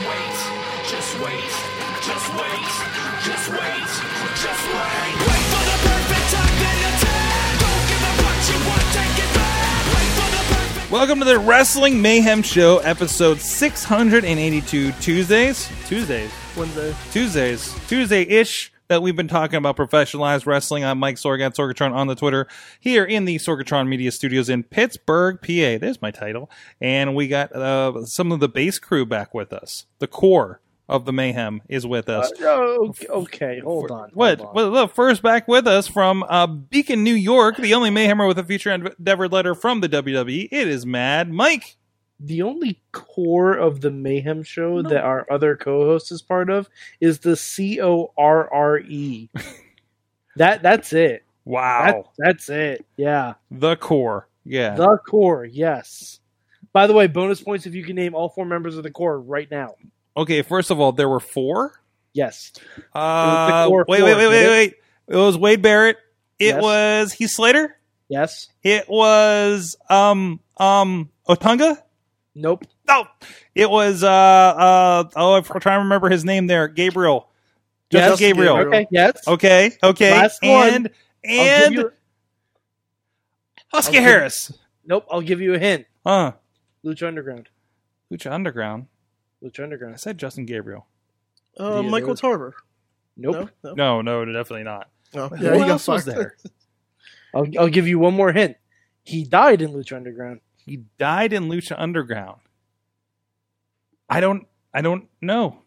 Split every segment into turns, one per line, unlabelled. wait, just wait, just wait, just wait, just wait. Wait for the perfect time, then attack. Don't give up what you want, take it back. Wait for the perfect.
Welcome to the Wrestling Mayhem Show, episode 682, Tuesdays, Tuesdays,
Wednesday.
Tuesdays, Tuesday ish that we've been talking about professionalized wrestling. I'm Mike Sorgat, Sorgatron on the Twitter, here in the Sorgatron Media Studios in Pittsburgh, PA. There's my title. And we got uh, some of the base crew back with us. The core of the Mayhem is with us.
Oh, okay, okay, hold on.
What?
hold on.
Well, look, first back with us from uh, Beacon, New York, the only Mayhemmer with a future endeavor letter from the WWE. It is Mad Mike.
The only core of the Mayhem show that our other co-host is part of is the C O R R E. That that's it. That,
Wow.
that's it. Yeah,
the core. Yeah.
the core. Yes. By the way, bonus points if you can name all four members of the core right now.
okay, first of all, there were four.
Yes.
Uh,
core
wait,
four,
wait, wait, wait,
did
wait. It was Wade Barrett. It
Yes.
was Heath Slater.
Yes.
It was um um Otunga.
Nope.
No, it was uh uh oh, I'm trying to remember his name there. Gabriel. Just
Yes,
Gabriel.
Okay. Yes.
Okay, okay.
Last one.
and
I'll give
and
you-
Husky
I'll give-
Harris.
nope. I'll give you a hint.
Huh.
Lucha Underground.
Lucha Underground.
Lucha
I
Underground.
said Justin Gabriel.
Uh,
Yeah,
Michael
there was-
Tarver.
Nope.
No, Oh. no.
No, no, definitely not.
no.
Who else was there? I'll, I'll give you one more hint. He died in Lucha Underground.
He died in Lucha Underground. I don't I don't know.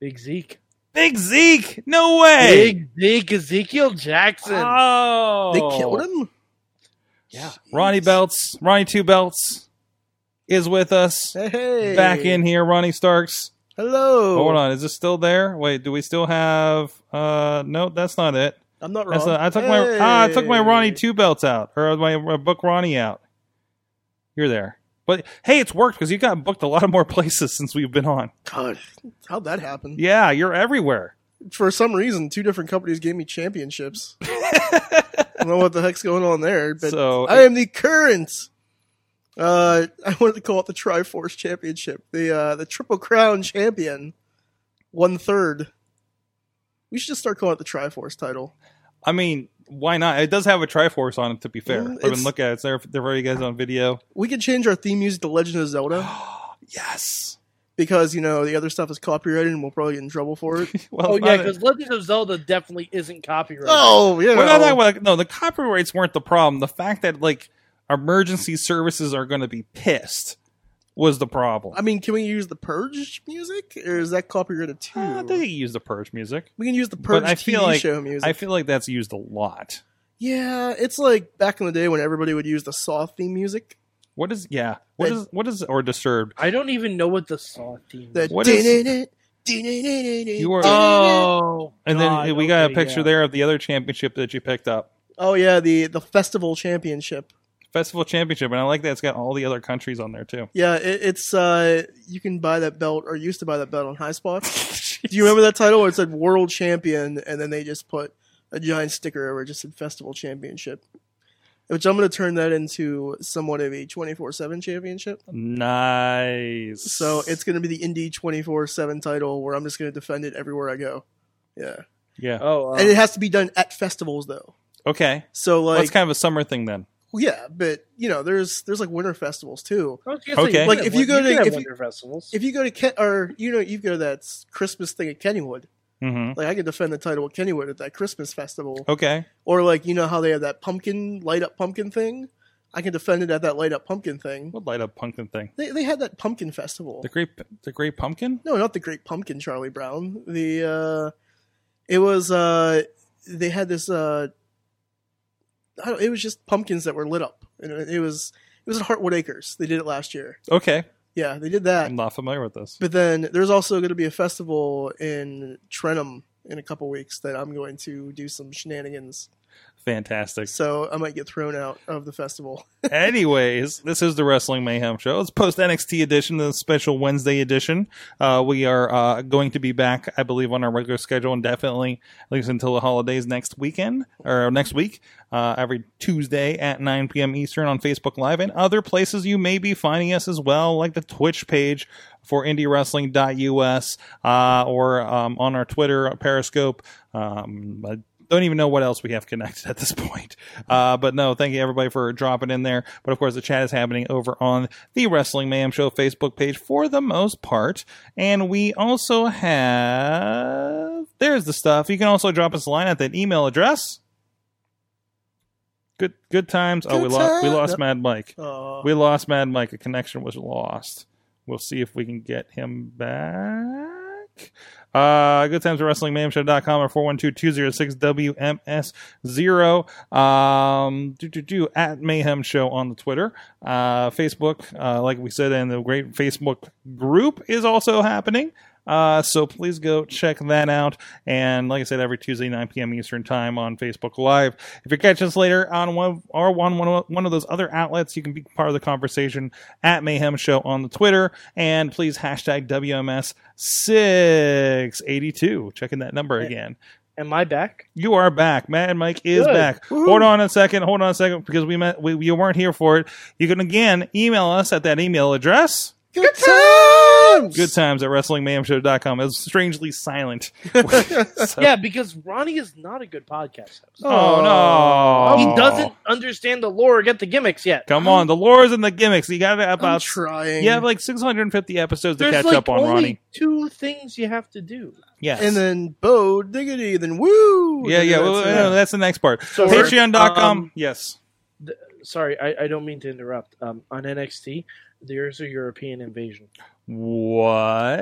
Big Zeke.
Big Zeke! No way!
Big Zeke Ezekiel Jackson.
Ah,
Oh
They killed him.
Yeah.
Ronnie
Jeez.
Belts, Ronnie Two Belts is with us.
Hey,
Back in here, Ronnie Starks.
Hello.
Hold on, is this still there? Wait, do we still have uh no, that's not it.
I'm not wrong.
That's not- I took my ah, I took my Ronnie two belts out or my, my book Ronnie out. You're there, but hey, it's worked because you got booked a lot of more places since we've been on.
God, how'd that happen?
Yeah, you're everywhere.
For some reason, two different companies gave me championships. I don't know what the heck's going on there, but
So-
I am the current. Uh, I wanted to call it the Triforce Championship, the uh, the Triple Crown Champion, one third. We should just start calling it the Triforce title.
I mean, why not? It does have a Triforce on it. To be fair,
Mm,
I've been
it's-
looking at it. It's there there for you guys on video.
We could change our theme music to Legend of Zelda
Yes.
because you know the other stuff is copyrighted and we'll probably get in trouble for it.
Well,
Oh yeah,
not-
because Legend of Zelda definitely isn't copyrighted.
oh, yeah.
we're not talking about- no. The copyrights weren't the problem. The fact that like emergency services are going to be pissed was the problem.
I mean, can we use the Purge music or is that copyrighted too?
Uh, they use the purge music.
we can use the
But
Purge
I
TV
feel like
show music.
I feel like that's used a lot.
yeah, it's like back in the day when everybody would use the Saw theme music.
What is yeah? What
That-
is what is or disturbed?
I don't even know what the Saw theme.
The
Is.
What is-
dun-dun-dun,
You
dun-dun-dun-dun,
are-
dun-dun-dun.
Oh,
And then
God,
we got
okay,
a picture
yeah.
there of the other championship that you picked up,
Oh yeah, the the festival championship.
festival championship, and I like that it's got all the other countries on there too.
Yeah, it, it's uh you can buy that belt or used to buy that belt on High Spots. Do you remember that title where it said World Champion and then they just put a giant sticker over it just said Festival Championship? Which I'm going to turn that into somewhat of a 24 7 championship.
Nice.
So it's going to be the Indie 24 7 title where I'm just going to defend it everywhere I go. Yeah.
yeah
Oh, uh,
And it has to be done at festivals though.
okay.
So
Well,
like
that's kind of a summer thing then.
well, yeah, but you know, there's there's like winter festivals too.
I was gonna say,
okay.
can
Like,
have
if you
win-
go to-
can have
if you-
Wonder festivals,
If you go to Ken- or you know, you go to that Christmas thing at Kennywood.
hmm
Like I could defend the title at Kennywood at that Christmas festival.
Okay.
Or like you know how they have that pumpkin light up pumpkin thing. I can defend it at that light up pumpkin thing.
What light up pumpkin thing?
They they had that pumpkin festival.
The great the great pumpkin.
no, not the Great Pumpkin, Charlie Brown. The uh, it was uh, they had this uh, I don't, it was just pumpkins that were lit up, and it it was it was at Heartwood Acres. They did it last year.
Okay.
Yeah, they did that.
I'm not familiar with this.
But then there's also going to be a festival in Trenum in a couple weeks that I'm going to do some shenanigans.
Fantastic.
So I might get thrown out of the festival.
Anyways, this is the Wrestling Mayhem Show. It's post NXT edition, the special Wednesday edition. Uh, we are uh, going to be back, I believe, on our regular schedule indefinitely, at least until the holidays next weekend or next week, uh, every Tuesday at 9 p.m. Eastern on Facebook Live and other places you may be finding us as well, like the Twitch page for indiewrestling.us uh, or um, on our Twitter, Periscope. Um, I don't even know what else we have connected at this point. Uh, but no, thank you everybody for dropping in there. But of course, the chat is happening over on the Wrestling Mayhem Show Facebook page for the most part. And we also have. There's the stuff. You can also drop us a line at that email address. Good good times. oh, we
Good
lost we
time-
lost Mad Mike.
Uh,
We lost Mad Mike. A connection was lost. We'll see if we can get him back. Uh, good times at WrestlingMamShow.com or 412-206-WMS0. Um, do, do, do, at Mayhem Show on the Twitter. Uh, Facebook, uh, like we said, and the great Facebook group is also happening. Uh, so please go check that out. And like I said, every Tuesday, 9 p.m. Eastern time on Facebook Live. If you're catching us later on one of, or one, one, of- one of those other outlets, you can be part of the conversation at Mayhem Show on the Twitter. And please hashtag WMS682. Checking that number again.
Am I back?
You are back. Matt and Mike is
Good.
back.
Woo-hoo.
Hold on a second. Hold on a second because we met, we, you weren't here for it. You can again email us at that email address.
good times.
Good times at WrestlingMayhemShow.com. It was strangely silent. So-
Yeah, because Ronnie is not a good podcast host.
Oh, no.
He doesn't understand the lore or get the gimmicks yet.
Come on, the lores and the gimmicks. You got
I'm
about
trying.
you have like 650 episodes to
There's
catch
like
up on,
only
Ronnie.
two things you have to do.
Yes.
and then Bo Diggity, then Woo.
yeah, yeah. Well,
That's-
no, that's the next part.
So-
Patreon.com.
Um,
yes.
Sorry, I, I don't mean to interrupt. Um, on NXT, there's a European invasion.
What?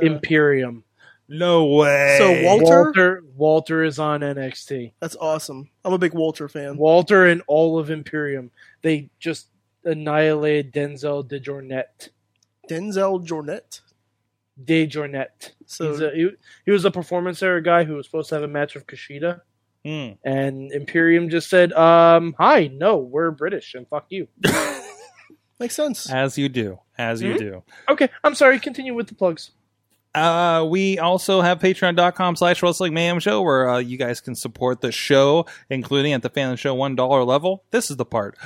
Imperium.
No way.
So Wal- Walter?
Walter Walter is on NXT.
That's awesome. I'm a big Walter fan.
Walter and all of Imperium. They just annihilated Denzel DeJournette.
Denzel Jornet.
DeJournette. He's
So
a, he, he was a performance era guy who was supposed to have a match with Kushida,
Mm.
and Imperium just said, um, "Hi, no, we're British, and fuck you."
makes sense.
As you do. As you
Mhm.
do.
Okay, I'm sorry. Continue with the plugs.
Uh, we also have patreon.com slash wrestling mayhem show where uh, you guys can support the show, including at the fan of the show $1 level. This is the part.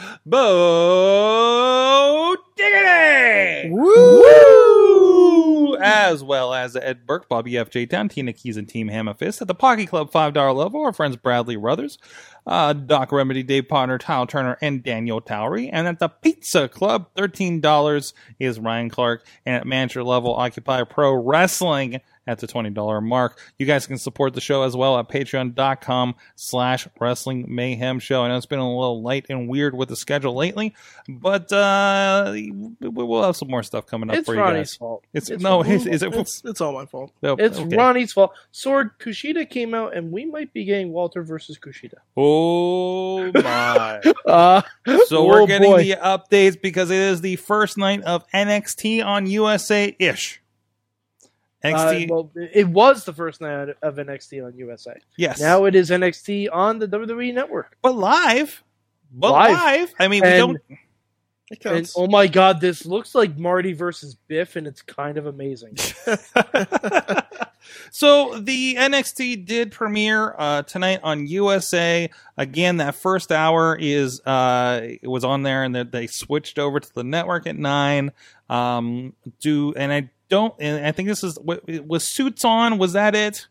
Bo Diggity! Woo! As well as Ed Burke, Bobby FJ Town, Tina Keys, and Team Hammer Fist at the Pocky Club $5 level, our friends Bradley Ruthers, uh, Doc Remedy, Dave Potter, Kyle Turner, and Daniel Towery. And at the Pizza Club, $13 is Ryan Clark. And at manager level, Occupy Pro Wrestling at the $20 mark. You guys can support the show as well at patreon.com slash wrestling mayhem show. I know it's been a little light and weird with the schedule lately, but uh, we- we'll have some more stuff coming up
It's
for you
Ronnie's
guys.
fault.
It's,
It's-
no, is, is it?
It's, it's all my fault.
no,
It's
okay.
Ronnie's fault. Sword Kushida came out, and we might be getting Walter versus Kushida.
Oh my.
Uh,
So
Oh,
we're getting
boy.
the updates because it is the first night of NXT on USA ish. NXT,
uh, well, it was the first night of NXT on USA.
yes,
Now it is NXT on the WWE Network.
but live, but live.
Live.
I mean, we
And-
don't.
It
And
counts.
oh my god, this looks like Marty versus Biff, and it's kind of amazing.
so the NXT did premiere uh, tonight on USA. Again, that first hour is uh, it was on there, and that they switched over to the network at nine. Um, do and I don't. And I think this is wa- was suits on. Was that it,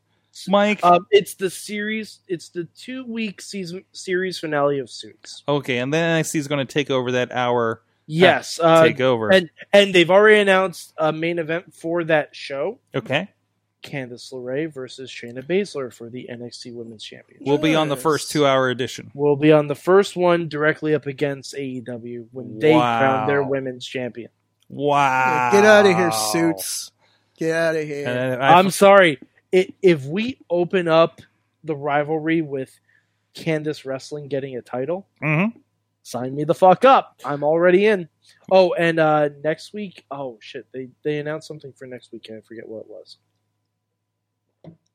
Mike?
Um, it's the series. It's the two week season series finale of Suits.
okay, and then NXT is going to take over that hour.
Yes, uh,
take over.
and and they've already announced a main event for that show:
okay,
Candice LeRae versus Shayna Baszler for the NXT Women's Championship.
we'll be on the
Yes.
first two-hour edition.
We'll be on the first one directly up against AEW when they
Wow.
crown their women's champion.
Wow!
Yeah, Get out of here, suits. Get out of
And
here.
I-
I, am sorry. It, if we open up the rivalry with Candice Wrestling getting a title,
Mhm.
sign me the fuck up. I'm already in. Oh, and uh, next week, oh shit, they they announced something for next week, and I forget what it was.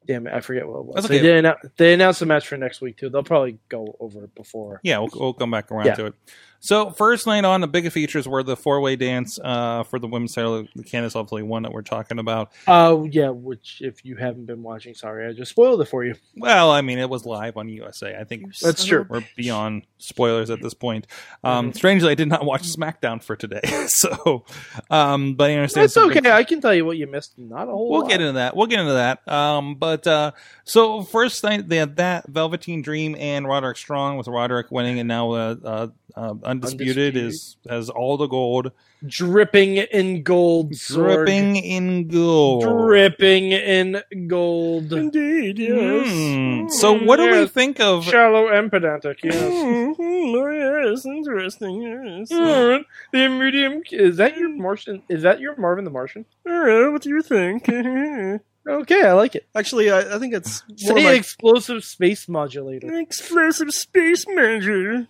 Damn it, I forget what it was.
That's
They
okay.
did announce, they announced the match for next week too. They'll probably go over it before.
Yeah, we'll, we'll come back around
Yeah.
to it. So first night on, the bigger features were the four way dance uh, for the women's title. The Candice obviously one that we're talking about.
Oh yeah, which if you haven't been watching, sorry, I just spoiled it for you.
Well, I mean, it was live on USA. I think
That's true.
we're beyond spoilers at this point. Um,
Mm-hmm.
Strangely, I did not watch SmackDown for today, so um, but I understand.
It's
some big-
okay. I can tell you what you missed. Not a whole.
We'll
lot.
get into that. We'll get into that. Um, but uh, so first night they had that Velveteen Dream and Roderick Strong with Roderick winning, and now uh, uh, uh, undisputed,
Undisputed.
is has all the gold,
dripping in gold, Sorg.
dripping in gold.
dripping in gold.
Indeed, yes.
Hmm. So what do we
Yes.
think of?
Shallow and pedantic, yes.
Mm-hmm. yes, interesting.
Hmm.
Yes.
Alright, the medium is that your Martian? Is that your Marvin the Martian?
All right, what do you think?
Okay, I like it.
Actually, I, I think it's more
Say
like
explosive space modulator.
explosive space manager.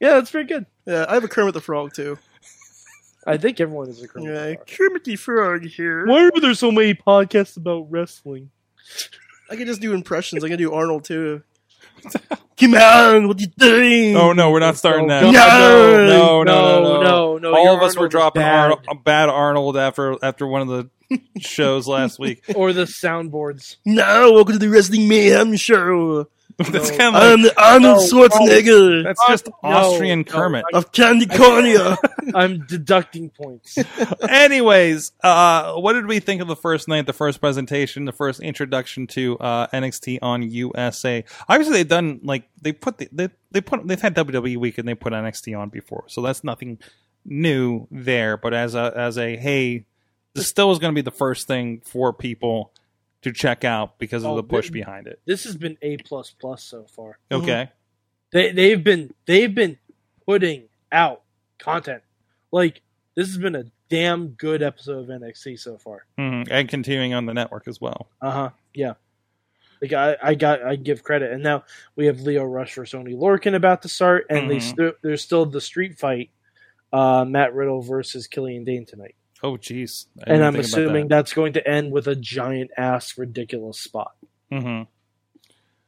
Yeah, that's pretty good.
Yeah, I have a Kermit the Frog too.
I think everyone is a girl.
Yeah, Kermit the Frog here.
Why are there so many podcasts about wrestling?
I can just do impressions. I can do Arnold too. Come on, what you doing?
Oh no, we're not starting that.
God,
No, no, no, no,
no, no, no,
All
your
of us were
Arnold was
dropping
bad.
Arnold, a bad Arnold after after one of the shows last week.
Or the soundboards.
No, welcome to the Wrestling Mayhem Show.
that's kind of like,
I'm Arnold
No,
Schwarzenegger
that's just
No,
Austrian
no,
Kermit.
of Candy Cornea.
I'm deducting points.
Anyways, uh, what did we think of the first night, the first presentation, the first introduction to uh, NXT on USA? Obviously, they've done like they put the, they they put they've had WWE week and they put NXT on before, so that's nothing new there. But as a as a hey, this still is going to be the first thing for people to check out because of
Oh,
the push
they- Mm-hmm.
behind it.
this has been A plus plus so far.
Mhm.
Okay,
They they've been they've been putting out content. Like this has been a damn good episode of NXT so far.
Mhm. and continuing on the network as well.
Uh huh. Yeah. Like I, I got I give credit, and now we have Leo Rush versus Oni Lorcan about to start, and they
Mhm.
stu- there's still the street fight, uh, Matt Riddle versus Killian Dane tonight,
Oh, jeez, I didn't
and I'm
think about that.
assuming that's going to end with a giant ass ridiculous spot.
Mm-hmm.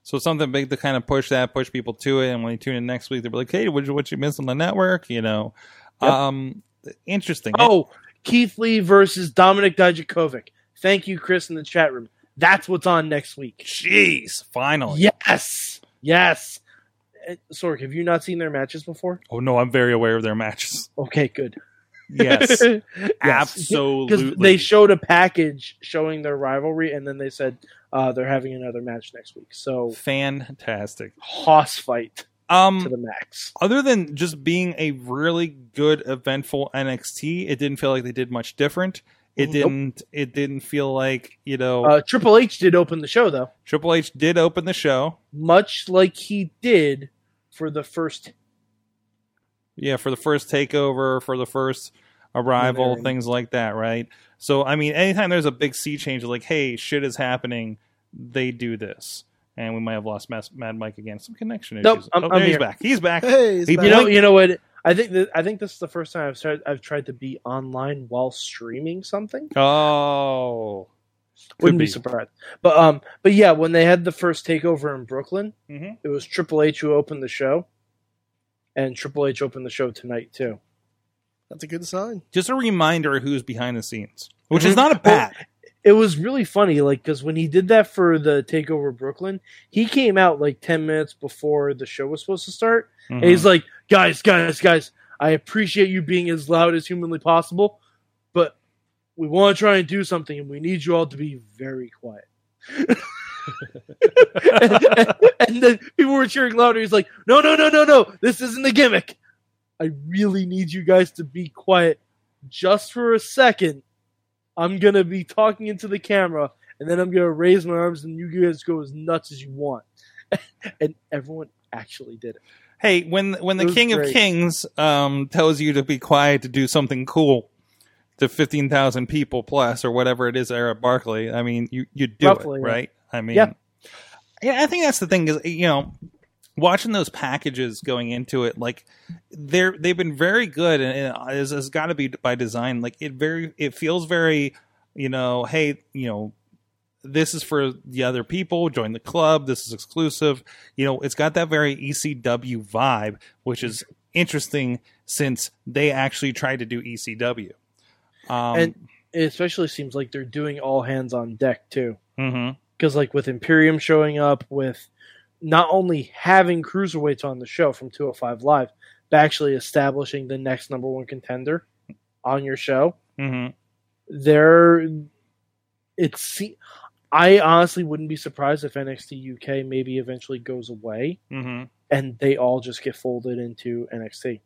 So something big to kind of push that, push people to it, and when they tune in next week, they'll be like, "Hey, what you what you miss on the network?" You know,
Yep.
um, interesting.
Oh, Keith Lee versus Dominic Dijakovic. Thank you, Chris, in the chat room. That's what's on next week.
jeez, finally.
Yes, yes. Uh, Sork, have you not seen their matches before?
Oh no, I'm very aware of their matches.
Okay, good.
Yes,
Yes.
absolutely.
Because they showed a package showing their rivalry, and then they said uh, they're having another match next week. So
fantastic.
hoss fight to
Um,
the max.
other than just being a really good, eventful NXT, it didn't feel like they did much different. It
Nope.
didn't. It didn't feel like you know
Uh, Triple H did open the show though,
Triple H did open the show.
much like he did for the first.
Yeah, for the first takeover, for the first arrival,
Preliminary.
things like that, right? So, I mean, anytime there's a big sea change, like, hey, shit is happening, they do this. And we might have lost Mas- Mad Mike again. Some connection issues.
Nope, I'm-
oh,
I'm
there he's
here.
back. He's back.
hey, he's
He-
back.
You know,
Like-
you know what? I think that, I think this is the first time I've tried, I've tried to be online while streaming something.
Oh. Could
Wouldn't be.
be.
surprised. But um, but yeah, when they had the first takeover in Brooklyn,
Mhm.
it was Triple H who opened the show, and Triple H opened the show tonight too.
That's a good sign.
Just a reminder of who's behind the scenes, which is
Mhm.
not a bad.
it was really funny like because when he did that for the takeover brooklyn he came out like 10 minutes before the show was supposed to start and Oh, he's like guys guys guys i appreciate you being as loud as humanly possible but we want to try and do something and we need you all to be very quiet and, then people were cheering louder he's like no no no no no this isn't a gimmick i really need you guys to be quiet just for a second I'm gonna be talking into the camera, and then I'm gonna raise my arms, and you guys go as nuts as you want. and everyone actually did it.
hey, when when
It
the
was
King of
great.
Kings um, tells you to be quiet to do something cool to fifteen thousand people plus or whatever it is there at Barkley, I mean, you you do
Roughly,
it
yeah.
right. I mean,
Yeah.
yeah, I think that's the thing is you know watching those packages going into it, like they're they've been very good, and, and it's, it's got to be by design. Like it very, it feels very, you know, hey, you know, this is for the other people. Join the club. This is exclusive. You know, it's got that very ECW vibe, which is interesting since they actually tried to do E ECW. Um,
And- It especially seems like they're doing all hands on deck too.
mhm.
because like with Imperium showing up, with not only having cruiserweights on the show from 205 Live, but actually establishing the next number one contender on your show, mm-hmm,
Mhm.
there, it's. I honestly wouldn't be surprised if NXT UK maybe eventually goes away
Mhm.
and they all just get folded into NXT.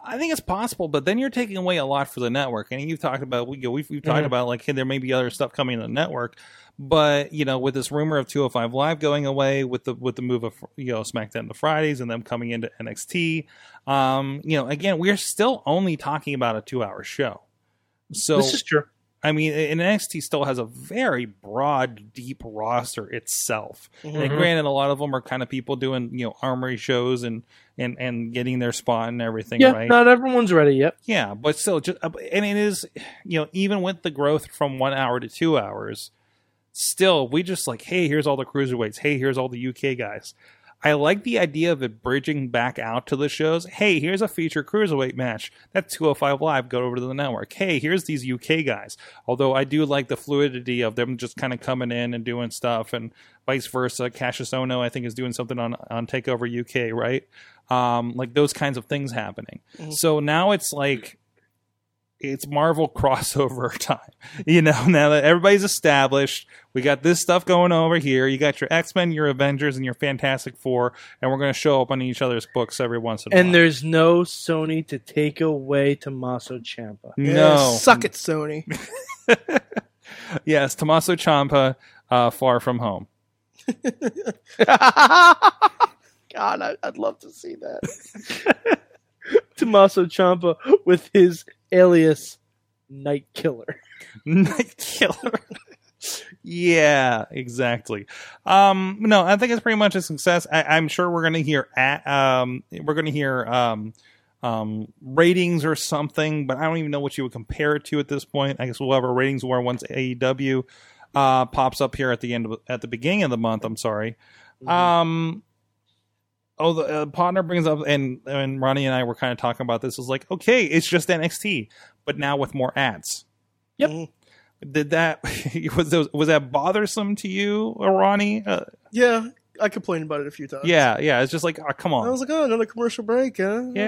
I think it's possible, but then you're taking away a lot for the network. And you've talked about we you know, we've, we've talked
Mhm.
about like hey, there may be other stuff coming in the network, but you know with this rumor of 205 Live going away with the with the move of you know SmackDown to Fridays and them coming into NXT, um, you know again we're still only talking about a two hour show. So
this is true.
I mean, and NXT still has a very broad, deep roster itself.
Mm-hmm.
And granted, a lot of them are kind of people doing you know armory shows and and and getting their spot and everything,
Yeah,
right?
not everyone's ready yet.
Yeah, but still, just and it is, you know, even with the growth from one hour to two hours, still we just like, hey, here's all the cruiserweights. Hey, here's all the UK guys. I like the idea of it bridging back out to the shows. Hey, here's a feature cruiserweight match. That's 205 Live. Go over to the network. Hey, here's these UK guys. Although I do like the fluidity of them just kind of coming in and doing stuff and vice versa. Cassius Ono, I think, is doing something on, on TakeOver UK, right? Um, like those kinds of things happening. So now it's like it's Marvel crossover time. You know, now that everybody's established, we got this stuff going over here. You got your X Men, your Avengers, and your Fantastic Four, and we're going to show up on each other's books every once in a
And
while.
there's no Sony to take away Tommaso Ciampa.
Yeah,
no,
suck it, Sony.
yes, Tommaso Ciampa, uh, Far From Home.
God, I, I'd love to see that.
Tommaso Ciampa with his alias Night Killer.
Night Killer. yeah, exactly. Um, no, I think it's pretty much a success. I, I'm sure we're gonna hear at um, we're gonna hear um, um, ratings or something, but I don't even know what you would compare it to at this point. I guess we'll have our ratings war once AEW uh, pops up here at the end of, at the beginning of the month. I'm sorry.
Mm-hmm.
Um, oh, the uh, partner brings up, and and Ronnie and I were kind of talking about this. Is like, okay, it's just NXT, but now with more ads.
Yep.
Mhm.
Did that was those, was that bothersome to you, Ronnie? Uh,
Yeah, I complained about it a few times.
yeah, yeah. It's just like, oh, come
I
on.
was like, oh, another commercial break, huh?
Yay.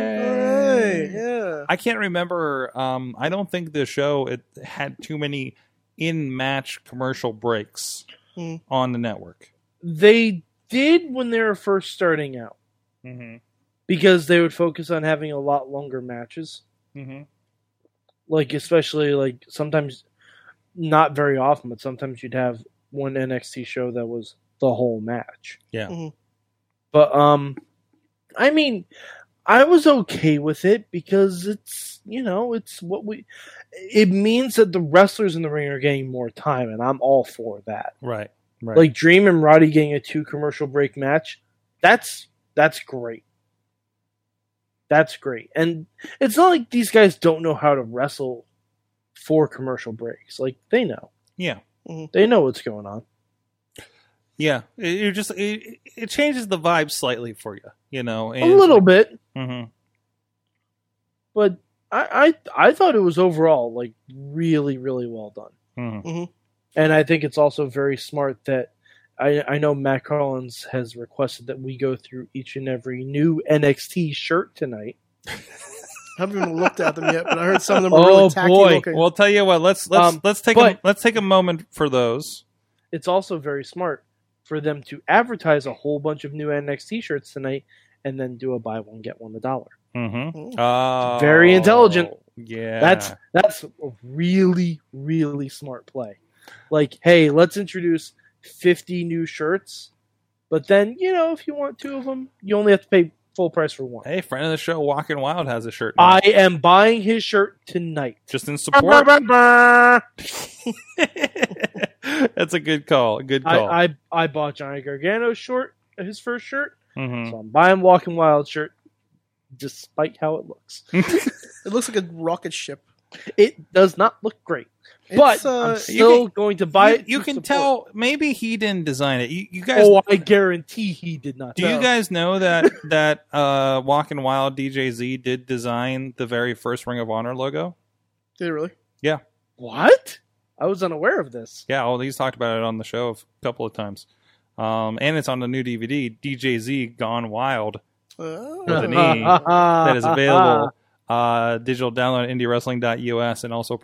All right, yeah.
I can't remember. Um, I don't think the show it had too many in match commercial breaks
Hmm.
on the network.
They did when they were first starting out
Mm-hmm.
because they would focus on having a lot longer matches.
Mm-hmm.
Like, especially, like, sometimes, not very often, but sometimes you'd have one NXT show that was the whole match.
Yeah.
Mhm.
But, um, I mean, I was okay with it because it's, you know, it's what we. It means that the wrestlers in the ring are getting more time, and I'm all for that.
Right. Right.
like Dream and Roddy getting a two commercial break match, that's that's great. That's great. And it's not like these guys don't know how to wrestle for commercial breaks. Like they know.
yeah.
They know what's going on.
Yeah. It, it just it, it changes the vibe slightly for you, you know.
a little bit,
hmm
but I, I I thought it was overall like really, really well done.
hmm
And I think it's also very smart that I, I know Matt Collins has requested that we go through each and every new NXT shirt tonight.
I haven't even looked at them yet, but I heard some of them are
Oh,
really tacky
boy.
looking.
Well, I'll tell you what. Let's let's
Um,
let's take a,
but-
let's take a moment for those.
it's also very smart for them to advertise a whole bunch of new NXT shirts tonight and then do a buy one get one a dollar.
Mm-hmm.
Mm.
Very intelligent.
Yeah.
That's that's a really really smart play. Like, hey, let's introduce 50 new shirts, but then, you know, if you want two of them, you only have to pay full price for one.
hey, friend of the show, Walking Wild has a shirt. now.
I am buying his shirt tonight.
just in support. That's a good call. Good
I,
call.
I I bought Johnny Gargano's short his first shirt.
Mhm.
So I'm buying Walking Wild shirt, despite how it looks.
It looks like a rocket ship.
It does not look great, but
It's, uh,
I'm
you
still going to buy
you,
it.
you
to
can
support.
tell maybe he didn't design it. You, you guys,
Oh, I guarantee he did not.
do you
no.
guys know that that uh, Walking Wild DJ Z did design the very first Ring of Honor logo?
Did it really?
What? I was unaware of this.
Yeah, well, he's talked about it on the show a couple of times, um, and it's on the new DVD DJ Z Gone Wild
Oh.
With an E. that is available uh, digital download at indiewrestling.us and also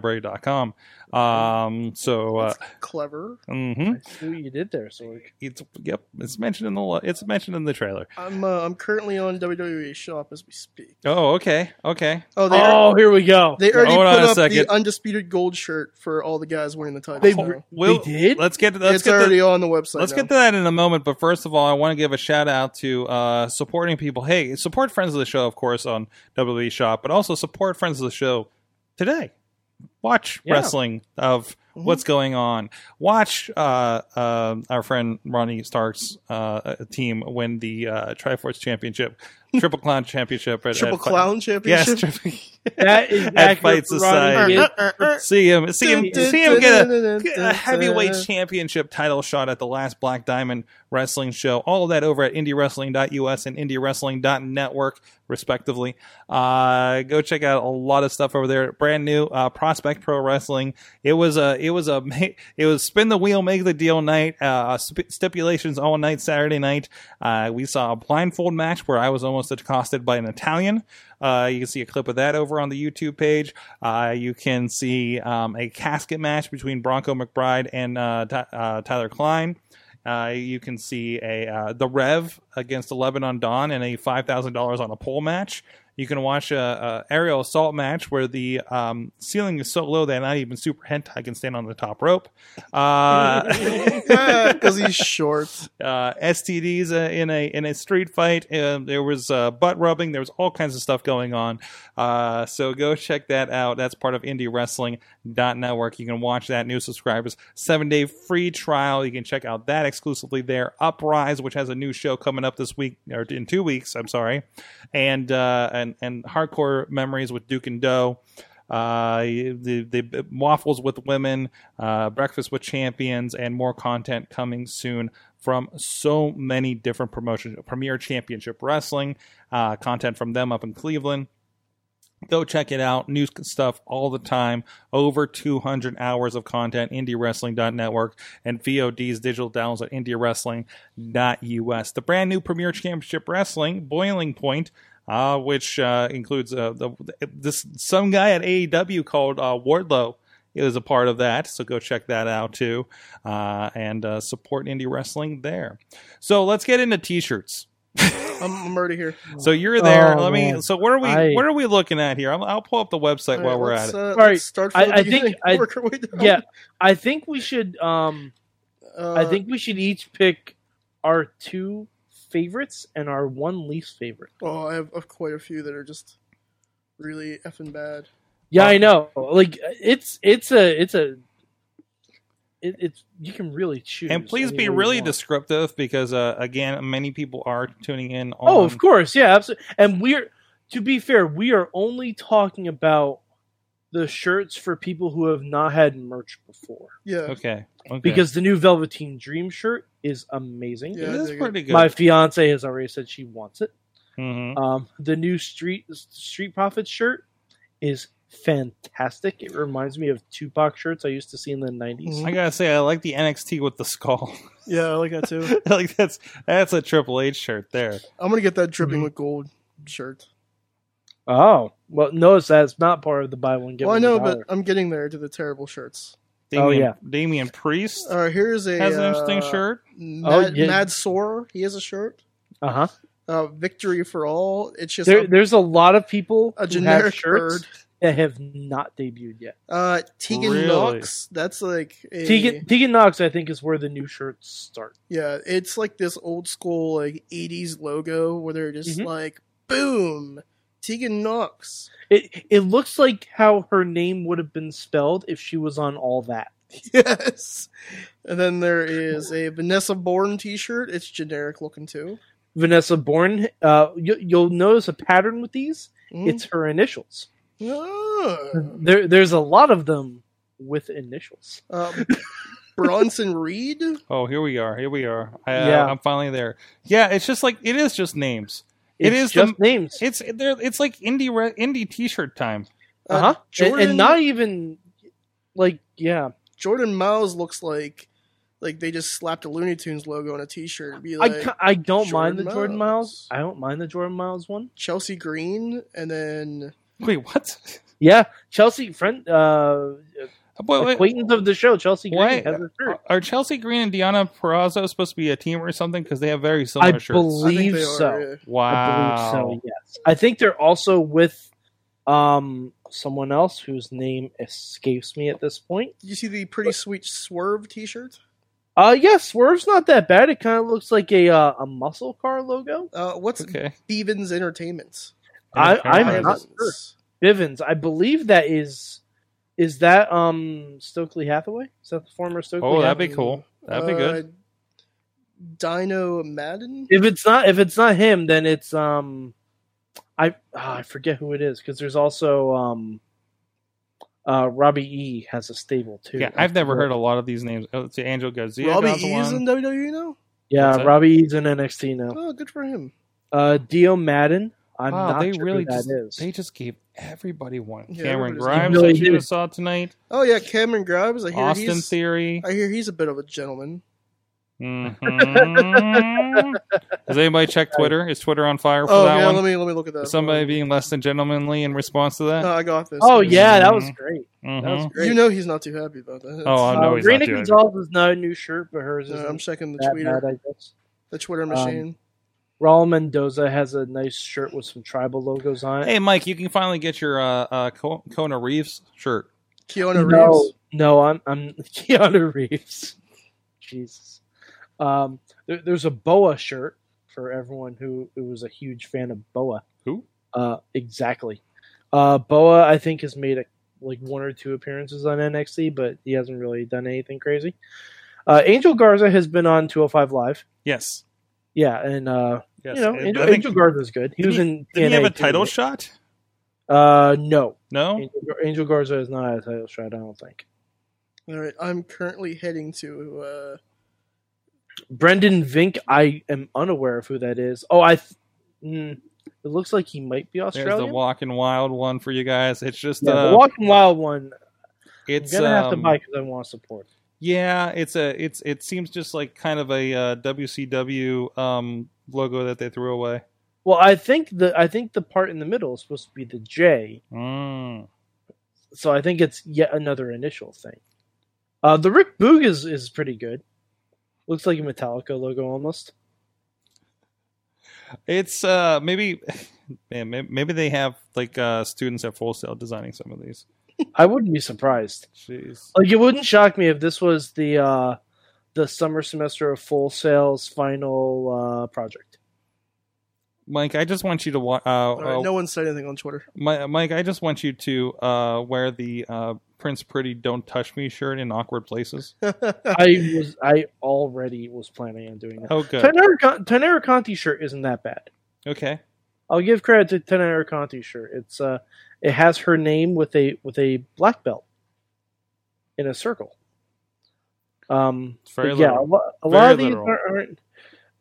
prowrestlinglibrary.com. Um, so uh,
That's clever.
mhm.
I see what you did there, Sorg.
it's yep, it's mentioned in the lo- it's mentioned in the trailer.
I'm uh, I'm currently on WWE Shop as we speak.
Oh, okay, okay.
Oh, they
Oh, here we go.
they already
Hold on
put
a
up
second.
the undisputed gold shirt for all the guys winning the title.
Oh, They-
tomorrow.
We'll-
did?
Let's get to, let's
it's
get to-
already on the website.
Let's
now.
get to that in a moment, but first of all, I want to give a shout out to uh, supporting people. Hey, support friends of the show, of course, on WWE Shop, but also support friends of the show today. Watch
Yeah.
wrestling of
Mhm.
what's going on. Watch uh, uh, our friend Ronnie Stark's uh, uh, team win the uh, Triforce Championship, Triple Clown Championship. At,
Triple
at Fi-
Clown
Yes,
Championship.
triple,
That is
at Fight
accurate for Ronnie.
Society. See him, see him, see him get a a heavyweight championship title shot at the last Black Diamond Wrestling show. All of that over at IndieWrestling.us and IndieWrestling.network, respectively. Uh, go check out a lot of stuff over there. Brand new uh, Prospect Pro Wrestling. It was a it was a ma- it was spin the wheel, make the deal night. Uh, sp- stipulations all night Saturday night. Uh, we saw a blindfold match where I was almost accosted by an Italian. Uh, you can see a clip of that over on the YouTube page. Uh, you can see um, a casket match between Bronco McBride and uh, Ty- uh, Tyler Klein. Uh, you can see a uh, the Rev against the Lebanon Don and a five thousand dollars on a pole match. You can watch a, a aerial assault match where the um, ceiling is so low that not even Super Hentai can stand on the top rope. Uh,
because Ah, he's short.
uh, STDs uh, in a in a street fight. Uh, there was uh, butt rubbing. There was all kinds of stuff going on. Uh, so go check that out. That's part of IndieWrestling.network. You can watch that. New subscribers, seven day free trial. You can check out that exclusively there. Uprise, which has a new show coming up this week or in two weeks. I'm sorry, and uh, and and Hardcore Memories with Duke and Doe. Uh, the, the waffles with women, uh, breakfast with champions, and more content coming soon from so many different promotions. Premier Championship Wrestling, uh, content from them up in Cleveland. Go check it out. New stuff all the time. Over 200 hours of content. IndieWrestling.network and VOD's digital downloads at IndieWrestling.us. The brand new Premier Championship Wrestling, Boiling Point, uh, which uh, includes uh, the, this some guy at AEW called uh, Wardlow is a part of that. So go check that out too, uh, and uh, support indie wrestling there. So let's get into t-shirts.
I'm, I'm already here.
So you're there.
Oh,
Let me.
man.
So what are we?
I-
what are we looking at here? I'm, I'll pull up the website
All
while
right,
we're at
let's,
it.
uh,
right.
let's start
I-
from the
I think
beginning,
I-
work our way down.
Yeah, I think we should. Um,
Uh,
I think we should each pick our two favorites and our one least favorite.
Oh, I have uh, quite a few that are just really effing bad.
Yeah,
Uh,
I know. Like it's it's a it's a it, it's you can really choose.
And please
any
be
way you
really
want.
descriptive because uh, again, many people are tuning in. On,
Oh, of course, yeah, absolutely. And we're to be fair, we are only talking about the shirts for people who have not had merch before
Yeah.
Okay. okay.
because the new Velveteen Dream shirt is amazing.
Yeah,
it is
they're good.
pretty good.
My fiance has already said she wants it.
Mhm.
Um, the new Street Street Profits shirt is fantastic. It reminds me of Tupac shirts I used to see in the 90s.
I gotta say, I like the NXT with the skull.
Yeah, I like that too.
like that's that's a Triple H shirt there.
I'm gonna get that dripping
Mm-hmm.
with gold shirt.
Oh well, notice that's not part of the buy one get
well, I
one.
know,
dollar.
but I'm getting there to the terrible shirts.
Damien,
Oh, yeah.
Damian Priest
All right, here's a
has an
uh,
interesting shirt.
Mad,
Oh, yeah.
Mad Sore. He has a shirt.
uh huh.
Uh, Victory for all. It's just
There,
a-
there's a lot of people who
a
have
generic
shirts
bird.
that have not debuted yet.
Uh, Tegan
Really?
Knox. That's like a,
Tegan Tegan Knox, I think, is where the new shirts start.
Yeah, it's like this old school like '80s logo where they're just
Mhm.
like, boom, Tegan Knox.
It it looks like how her name would have been spelled if she was on all that.
Yes. And then there is a Vanessa Bourne T-shirt. It's generic looking too.
Vanessa Bourne, uh, you, you'll notice a pattern with these.
Mm.
It's her initials.
Ah.
There, there's a lot of them with initials.
Uh, Bronson Reed. Uh,
Oh, here we are. Here we are. I, uh,
Yeah.
I'm finally there. Yeah, it's just like it is just names.
It's
It is
just
the-
names.
It's there. It's like indie re- indie T-shirt time.
Uh,
uh-huh. And-
Jordan,
and not even like yeah.
Jordan Miles looks like like they just slapped a Looney Tunes logo on a T-shirt. It'd be
I,
like
ca- I don't mind the
Jordan
Jordan Miles.
Miles.
I don't mind the Jordan Miles one.
Chelsea Green, and then
Wait, what?
Yeah, Chelsea friend uh
Wait, wait.
acquaintance of the show, Chelsea Green
Wait.
has a shirt.
Are Chelsea Green and Deanna Perazzo supposed to be a team or something? Because they have very similar
I
shirts.
I think
Believe
they uh,
so.
yeah.
wow.
I believe so, yes. I think they're also with um someone else whose name escapes me at this point.
Did you see the pretty sweet Swerve T-shirt?
Uh yeah, Swerve's not that bad. It kinda looks like a uh, a muscle car logo.
Uh, what's
Okay.
Bevins Entertainment?
I, I'm
Bevins.
not sure. Bivens, I believe that is is that um Stokely Hathaway? Is that the former Stokely
Oh, that'd
Hathaway?
be cool. That'd be good.
Uh, Dino Madden.
if it's not if it's not him then it's um i ah, i forget who it is because there's also um uh robbie e has a stable too
Yeah, I've never heard a lot of these names. Oh, it's Angel Garcia.
Robbie
got the
E's
one.
in WWE now.
yeah
What's that?
robbie e's in nxt now
Oh, good for him.
uh dio madden i'm
Wow,
not
they
sure
really
who that
just-
is.
They just gave everybody one.
Yeah,
Cameron
everybody's-
Grimes,
Really
that you
did.
just saw tonight.
Oh yeah, Cameron Grimes. I hear
Austin
he's.
Theory.
I hear he's a bit of a gentleman.
Mhm. Has anybody checked Twitter? Is Twitter on fire for
Oh
that
yeah,
one?
let me let me look at that.
Somebody being less than gentlemanly in response to that.
Oh, I got this.
oh yeah that was
Mhm.
great
Mhm.
that was great
You know he's not too happy about that.
Oh, I know
uh,
he's not
Rena
doing it.
Gonzalez is not a new shirt, but hers is
Uh, I'm checking the
that
Twitter,
bad, Um, I guess.
the Twitter machine.
Raul Mendoza has a nice shirt with some tribal logos on it.
Hey, Mike, you can finally get your uh, uh, Co- Kona Reeves shirt.
Keanu
No,
Reeves.
no, I'm I'm Keanu Reeves. Jesus. Um, there, there's a boa shirt for everyone who who was a huge fan of boa.
Who?
Uh, exactly. Uh, boa, I think, has made a, like one or two appearances on NXT, but he hasn't really done anything crazy. Uh, Angel Garza has been on 205 Live.
Yes.
Yeah, and uh,
Yes.
you know,
I
Angel,
think-
Angel Garza's good. He
Didn't
was in.
Did he
TNA
have a
too,
title Oh.
right?
shot?
Uh, no.
No.
Angel, Angel Garza is not a title shot. I don't think.
All right, I'm currently heading to. Uh,
Brendan Vink, I am unaware of who that is. Oh, I. Th- mm, it looks like he might be
There's the
Australian.
Walking Wild one for you guys. It's just
yeah,
uh,
the Walking Wild one.
it's
I'm gonna have to
um,
buy because I want to support. it.
Yeah, it's a it's it seems just like kind of a uh, WCW um, logo that they threw away.
Well, I think the I think the part in the middle is supposed to be the J,
Mm.
so I think it's yet another initial thing. Uh, the Rick Boog is is pretty good. Looks like a Metallica logo almost.
It's uh maybe man, may- maybe they have like uh students at Full Sail designing some of these.
I wouldn't be surprised.
Jeez.
Like it wouldn't shock me if this was the uh, the summer semester of Full Sail's final uh, project.
Mike, I just want you to wa- uh,
all right,
uh
no one said anything on Twitter.
Mi- Mike, I just want you to uh wear the uh Prince Pretty Don't Touch Me shirt in awkward places.
I was I already was planning on doing that.
Oh good.
Tenera, Con- Tenera Conti shirt isn't that bad.
Okay.
I'll give credit to Tenera Conti shirt. It's uh it has her name with a with a black belt in a circle. Um
It's very
but yeah, a,
literal.
lo- a
Very
lot of these
literal.
are, aren't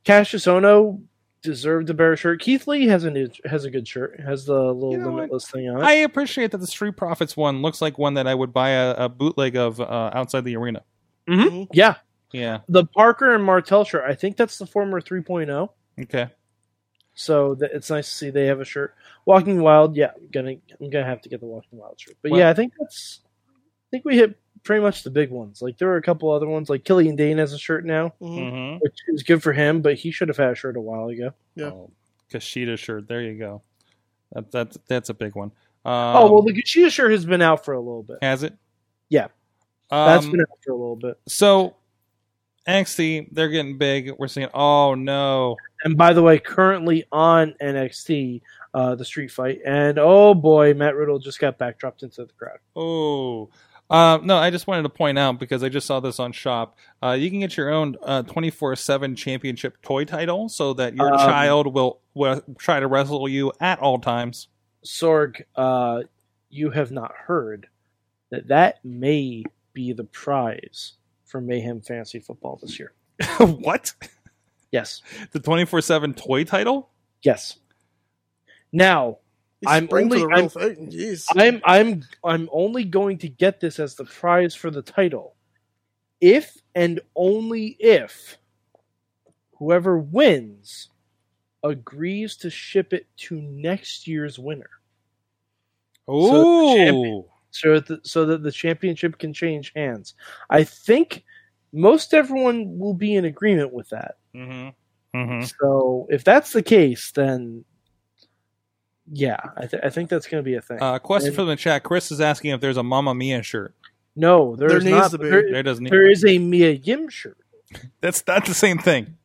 Cassius Ono deserved to bear a shirt. Keith Lee has a new, has a good shirt. Has the little
You know what?
limitless thing on it.
I appreciate that the Street Profits one looks like one that I would buy a, a bootleg of uh, outside the arena.
Mhm. Yeah.
Yeah.
The Parker and Martel shirt, I think that's the former oh. 3.0.
Okay.
So th- it's nice to see they have a shirt. Walking Wild, yeah, I'm gonna I'm gonna have to get the Walking Wild shirt. But
Well-
yeah, I think that's I think we hit pretty much the big ones. Like there were a couple other ones, like Killian Dane has a shirt now,
Mhm.
Mm-hmm.
which is good for him, but he should have had a shirt a while ago.
Yeah.
Oh, Kushida shirt. There you go. That, that that's a big one. Um,
oh well, the Kushida shirt has been out for a little bit.
has it?
Yeah.
Um,
That's been out for a little bit.
so NXT. They're getting big. We're seeing. Oh no.
And by the way, currently on NXT, uh, the street fight, and oh boy, Matt Riddle just got backdropped into the crowd.
Oh. Uh, no, I just wanted to point out because I just saw this on Shop. Uh, you can get your own twenty four seven championship toy title so that your
Um,
child will, will try to wrestle you at all times.
Sorg, uh, you have not heard that that may be the prize for Mayhem Fantasy Football this year.
what
Yes,
the twenty four seven toy title?
yes. Now
He's
I'm
spring
only-
for the real
I'm-
thing. Jeez.
I'm I'm I'm only going to get this as the prize for the title if and only if whoever wins agrees to ship it to next year's winner. So the champion-
Ooh,
so that the, so that the championship can change hands. I think most everyone will be in agreement with that.
mm-hmm.
Hmm.
Mm-hmm.
So if that's the case, then yeah, I, th- I think that's going to be a thing.
Uh, question from the chat: Chris is asking if there's a Mamma Mia shirt.
no, there
there
is
needs
not.
to be.
There,
There doesn't. e-
there is a Mia Yim shirt.
That's not the same thing.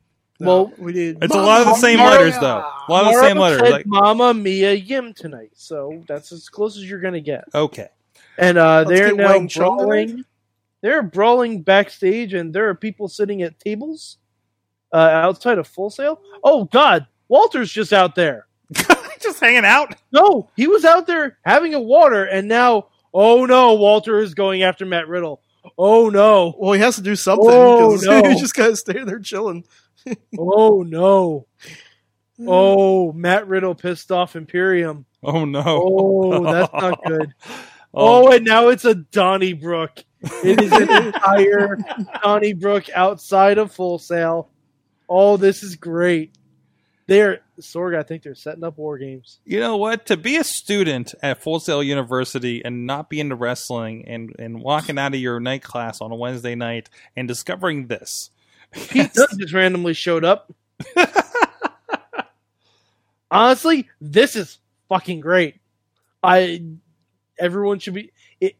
No,
well,
we did.
It's a lot of the same
Mara-
letters, though. A lot of the
Mara
same letters.
said
Like,
Mama Mia Yim tonight, so that's as close as you're going to get.
okay.
And uh,
Let's
they're
get
now
Wang Chung tonight.
brawling. They're brawling backstage, and there are people sitting at tables uh, outside of Full Sail. Oh God, Walter's just out there.
Just hanging out.
No, he was out there having a water, and now oh no, Walter is going after Matt Riddle. Oh no,
Well, he has to do something.
Oh,
'cause
no.
he just got to stay there chilling.
oh no, oh Matt Riddle pissed off Imperium.
Oh no.
Oh, that's not good. Oh, and now it's a Donnybrook. It is an entire Donnybrook outside of Full Sail. Oh, this is great. They're Sorg. I think they're setting up war games.
You know what? To be a student at Full Sail University and not be into wrestling and, and walking out of your night class on a Wednesday night and discovering this.
Pete Dunne just randomly showed up. Honestly, this is fucking great. I everyone should be it,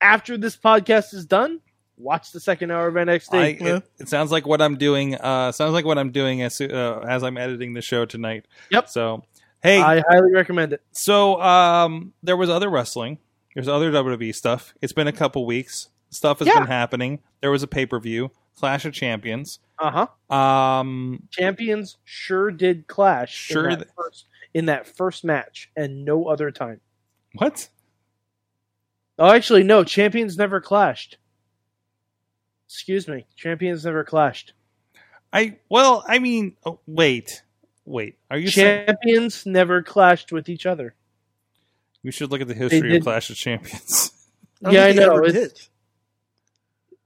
after this podcast is done. Watch the second hour of NXT.
I,
Yeah.
it, it sounds like what I'm doing. Uh, sounds like what I'm doing as uh, as I'm editing the show tonight.
Yep.
So, hey,
I highly recommend it.
So um, there was other wrestling. There's other WWE stuff. It's been a couple weeks. Stuff has
Yeah.
been happening. There was a pay per view, Clash of Champions.
Uh huh.
Um,
champions sure did clash
Sure
in that,
th-
first, in that first match and no other time.
what?
Oh, actually, no, champions never clashed. Excuse me, champions never clashed.
I well, I mean, oh, wait, wait. Are you saying
champions never clashed with each other.
we should look at the history of
didn't.
Clash of Champions?
don't
Yeah, I
think they
know,
ever
it's-
did.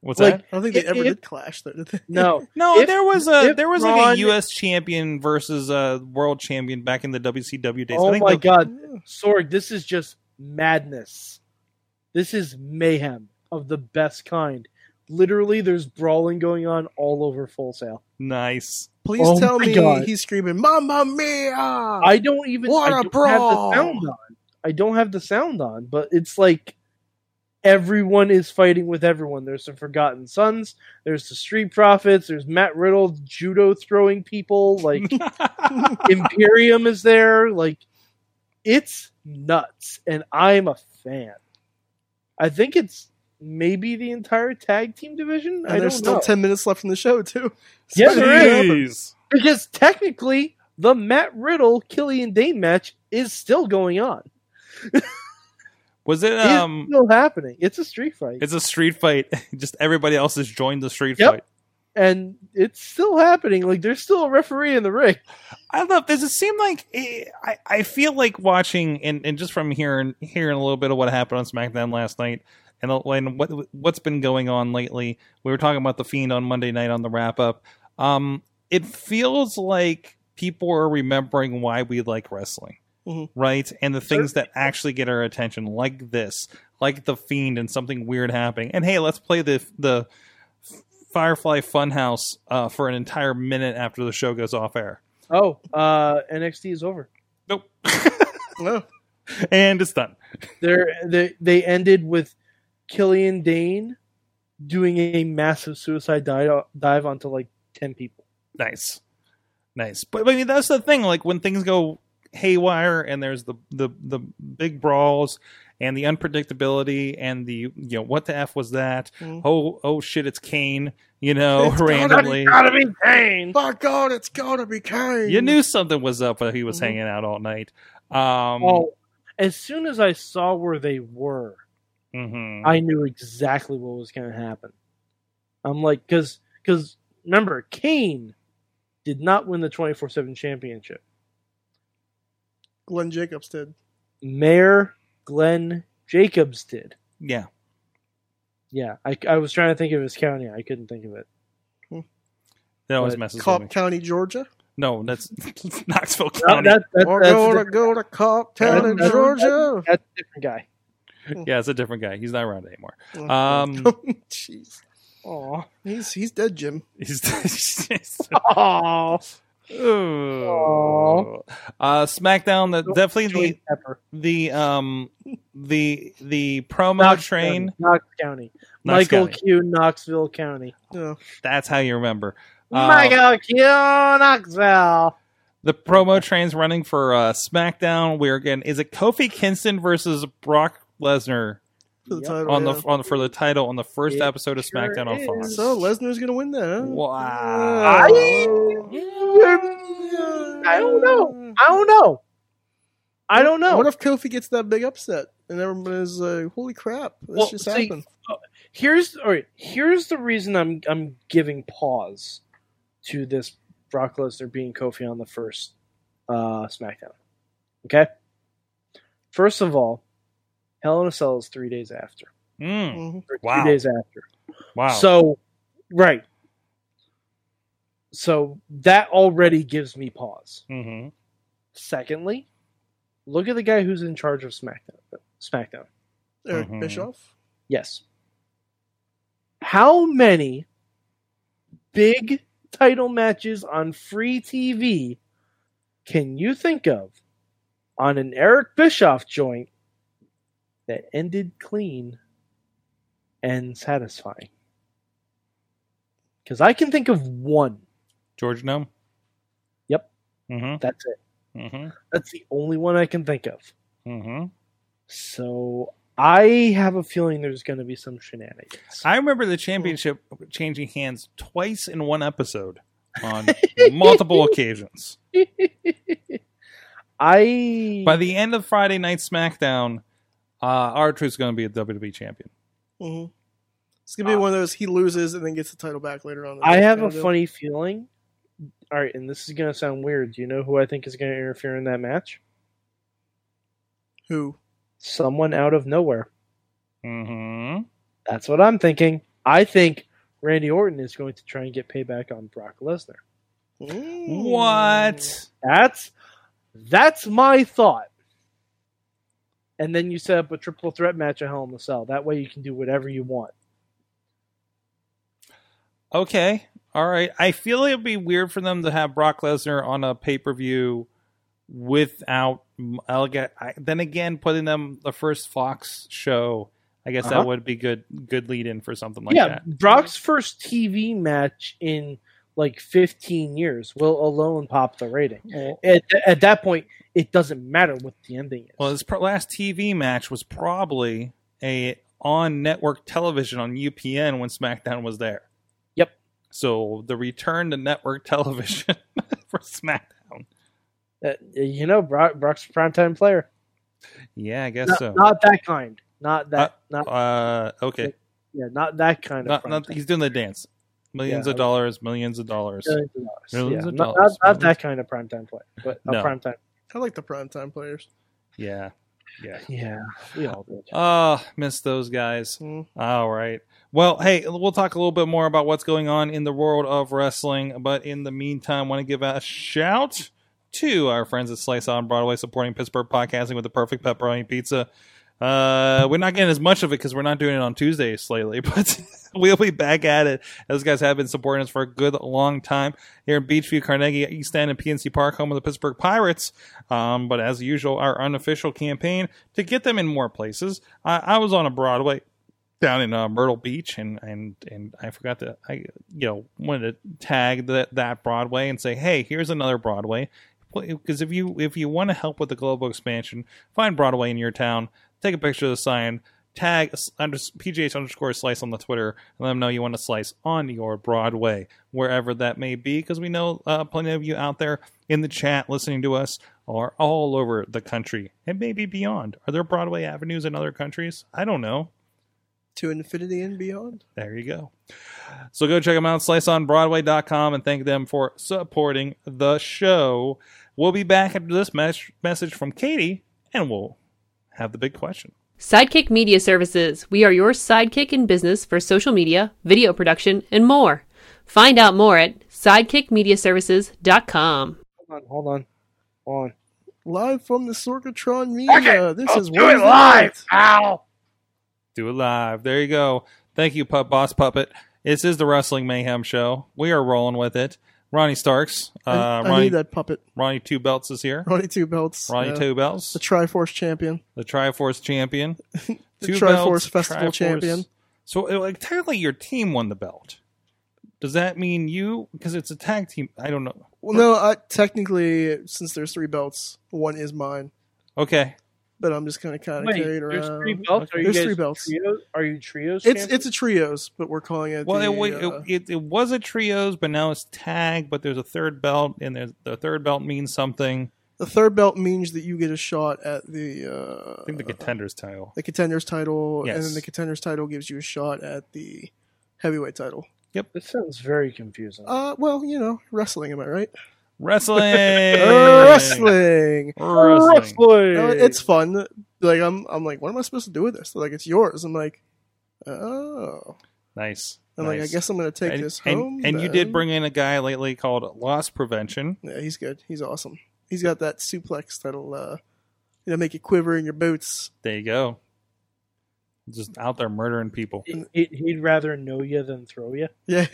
What's
Like,
that?
I don't think they
it-
ever
it-
did clash, though, did they?
No,
No,
if-
there was a
if
there was like
Braun-
a U.S. champion versus a world champion back in the WCW days.
oh
I think
my
the-
god, Sorg, this is just madness. This is mayhem of the best kind. Literally, there's brawling going on all over Full Sail.
Nice.
Please
Oh
tell
my
me
God.
he's screaming, Mamma Mia!
I don't even
What
I
a
don't
brawl.
have the sound on. I don't have the sound on, but it's like everyone is fighting with everyone. There's the Forgotten Sons, there's the Street Profits, there's Matt Riddle judo throwing people, like Imperium is there, like it's nuts and I'm a fan. I think it's maybe the entire tag team division. I
and
don't
there's still
know.
10 minutes left in the show, too.
Yeah,
So
there
it
is.
happened.
Jeez.
because technically the Matt Riddle Killian Dane match is still going on.
Was it
It's
um?
still happening. It's a street fight,
It's a street fight. Just everybody else has joined the street
Yep.
fight.
and it's still happening. Like there's still a referee in the ring.
I don't know. Does it seem like eh, I? I feel like watching and, and just from hearing hearing a little bit of what happened on SmackDown last night and, and what what's been going on lately. We were talking about the Fiend on Monday night on the wrap up. Um, it feels like people are remembering why we like wrestling,
Mhm.
right? And the things that actually get our attention, like this, like the Fiend and something weird happening. And hey, let's play the the Firefly Funhouse uh, for an entire minute after the show goes off air.
Oh, uh, NXT is over.
Nope.
No.
and it's done.
They're, they they ended with Killian Dane doing a massive suicide dive, dive onto like ten people.
Nice. Nice. But, but I mean that's the thing, like when things go haywire, and there's the the the big brawls and the unpredictability and the you know what the f was that?
Mm-hmm.
Mhm.
Oh oh shit, it's Kane. You know,
It's
randomly.
gotta be Kane.
Um,
My God, it's gotta be Kane.
You knew something was up when he was
Mhm.
hanging out all night. Um,
Mm-hmm. Oh, as soon as I saw where they were,
mhm.
I knew exactly what was going to happen. I'm like, because because remember, Kane did not win the 24 seven championship.
Glenn Jacobs did.
Mayor Glenn Jacobs did.
yeah.
Yeah, I, I was trying to think of his county. I couldn't think of it.
That always
But
messes with me.
Cobb County, Georgia.
No, that's Knoxville
No,
County.
that, that,
We're
that's,
gonna
a different,
go to Cobb County,
That's-
Georgia.
that's a different guy.
yeah, it's a different guy. He's not around anymore.
Uh,
Um,
Oh, Jeez,
Aw.
he's he's dead, Jim.
He's- he's-
Aw.
Ooh. uh, SmackDown, the, definitely the
Joey Pepper.
the um the the promo
Knox
train.
County. Knox County.
Knox
Michael
County.
Q. Knoxville County.
Yeah.
That's how you remember.
Oh
Uh,
Michael Q. Knoxville.
The promo train's running for uh, SmackDown. We're again. Is it Kofi Kingston versus Brock Lesnar
For the
Yep.
title,
on
yeah.
the on for the title on the first
It
episode of
sure
SmackDown on
is.
Fox?
So Lesnar's gonna win that. Huh?
Wow.
I don't know. I don't know. I don't know.
What if Kofi gets that big upset and everyone is uh, "Holy crap, this
Well,
just
see-
happened"?
here's all right. Here's the reason I'm I'm giving pause to this Brock Lesnar being Kofi on the first uh, SmackDown. Okay. First of all, Hell in a Cell is three days after. hmm.
Mm,
Mhm.
or
Wow.
Two days after.
wow.
So right. So that already gives me pause.
hmm
Secondly, look at the guy who's in charge of SmackDown. SmackDown.
Eric
Mm-hmm.
Mhm.
Bischoff.
Yes. How many big title matches on free TV can you think of on an Eric Bischoff joint that ended clean and satisfying? Because I can think of one.
George Gnome.
Yep.
hmm
That's it.
hmm
That's the only one I can think of.
hmm
So I have a feeling there's going to be some shenanigans.
I remember the championship changing hands twice in one episode on multiple occasions.
I
By the end of Friday Night SmackDown, uh, our truth's going to be a WWE champion.
Mhm. It's gonna be one of those he loses and then gets the title back later on.
Uh, I have a
Kinda deal.
funny feeling. All right, and this is going to sound weird. Do you know who I think is going to interfere in that match?
who
Someone out of nowhere.
Mm-hmm.
That's what I'm thinking. I think Randy Orton is going to try and get payback on Brock Lesnar.
Mm.
What?
That's that's my thought. And then you set up a triple threat match at Hell in a Cell. That way you can do whatever you want.
Okay. All right. I feel it would be weird for them to have Brock Lesnar on a pay per view without. I'll get, I, then again, putting them the first Fox show. I guess
Uh-huh.
that would be good. Good lead in for something like
yeah,
that.
Brock's first TV match in like 15 years will alone pop the rating. at, at that point, it doesn't matter what the ending is.
Well, his pro- last TV match was probably a on network television on UPN when SmackDown was there.
Yep.
So the return to network television for SmackDown.
Uh, you know, Brock, Brock's a primetime player.
Yeah, I guess
Not,
so.
not that kind. Not that. not
uh, okay.
yeah. Not that kind
Not,
of.
not,
primetime.
he's doing the dance. Millions
Yeah.
of dollars, millions of dollars.
Millions of dollars.
Millions
Yeah,
of
not,
dollars.
not- not that kind of primetime player, but a
No.
primetime.
I like the primetime players.
Yeah. Yeah.
Yeah, we all did.
Ah, miss those guys.
Mm.
All right. Well, hey, we'll talk a little bit more about what's going on in the world of wrestling, but in the meantime, want to give a shout to our friends at Slice on Broadway supporting Pittsburgh podcasting with the perfect pepperoni pizza. Uh, we're not getting as much of it because we're not doing it on Tuesdays lately, but we'll be back at it. Those guys have been supporting us for a good long time here in Beachview, Carnegie, East End, and PNC Park, home of the Pittsburgh Pirates. Um, but as usual, our unofficial campaign to get them in more places. I, I was on a Broadway down in uh, Myrtle Beach, and and and I forgot to I you know wanted to tag that that Broadway and say, hey, here's another Broadway. because if you if you want to help with the global expansion, find Broadway in your town, take a picture of the sign, tag s- under PGH underscore slice on the Twitter, and let them know you want to slice on your Broadway wherever that may be, because we know uh, plenty of you out there in the chat listening to us are all over the country and maybe beyond. Are there Broadway avenues in other countries? I don't know.
To infinity and beyond.
There you go. So go check them out, sliceonbroadway.com, and thank them for supporting the show. We'll be back after this mes- message from Katie, and we'll have the big question.
Sidekick Media Services. We are your sidekick in business for social media, video production, and more. Find out more at sidekickmediaservices.com.
Hold on, hold on, hold on.
Live from the Sorgatron Media. this
I'll
is
do it
Wednesday
live.
night.
Ow!
Do it live. There you go. Thank you, Pup Boss Puppet. This is the Wrestling Mayhem Show. We are rolling with it. Ronnie Starks, uh,
I- I,
Ronnie,
need that puppet.
Ronnie Two Belts is here.
Ronnie Two Belts.
Ronnie
uh,
Two Belts,
The Triforce champion.
the Triforce champion,
The
Two
Triforce
belts,
Festival champion.
So, uh, like, technically, your team won the belt. Does that mean you? Because it's a tag team. I don't know.
Well, no, I, technically, since there's three belts, one is mine.
Okay,
But I'm just kind of kind of
Wait,
carried around.
there's three belts. Are you
There's
guys
three belts.
Trios? Are you trios?
It's
champions?
it's a trios, but we're calling it.
well,
the,
it, wa- it,
uh,
it, it was a trios, but now it's tag. But there's a third belt, and there's, the third belt means something.
the third belt means that you get a shot at the uh,
I think the contenders title.
the contenders title, and
Yes.
then the contenders title gives you a shot at the heavyweight title.
This sounds very confusing.
Uh, well, you know, wrestling. Am I right?
Wrestling,
wrestling.
wrestling.
Uh, it's fun. Like I'm, I'm like, what am I supposed to do with this? They're like, it's yours. I'm like, oh.
Nice.
I'm like, I
nice.
guess I'm gonna take
and,
this
and-
home.
and you did
then.
bring in a guy lately called Loss Prevention.
Yeah, he's good. He's awesome. He's got that suplex that'll, uh, you know, make you quiver in your boots.
There you go. Just out there murdering people.
He- he- he'd rather know you than throw you.
Yeah,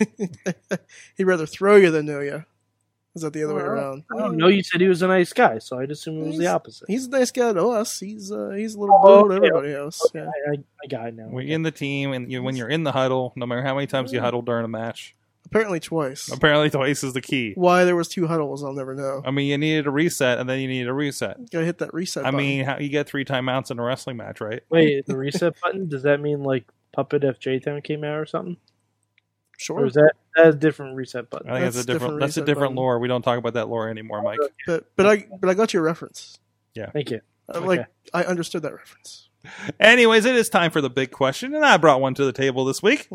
he'd rather throw you than know you. Is that the other way
Well,
around?
I don't know. You said he was a nice guy, so I'd assume it was the
Mm. He's-
opposite.
He's a nice guy to us. He's uh, he's a little
Oh,
bull
okay,
to everybody else. Yeah.
I, I, I got it now.
We're in the team, and you, when you're in the huddle, no matter how many times you huddle during a match,
Apparently twice.
apparently twice is the key.
Why there was two huddles, I'll never know.
I mean, you needed a reset, and then you needed a reset.
Gotta hit that reset.
I
button.
mean, how, you get three timeouts in a wrestling match, right?
Wait, the reset button? Does that mean like Puppet FJ Town came out or something? Or
sure.
is that that's a different reset
I
button?
think that's,
That's
a different.
different
that's a
reset
different
button.
lore. We don't talk about that lore anymore, Mike.
But but I but I got your reference.
Thank you.
I,
Okay.
Like I understood that reference.
Anyways, it is time for the big question, and I brought one to the table this week.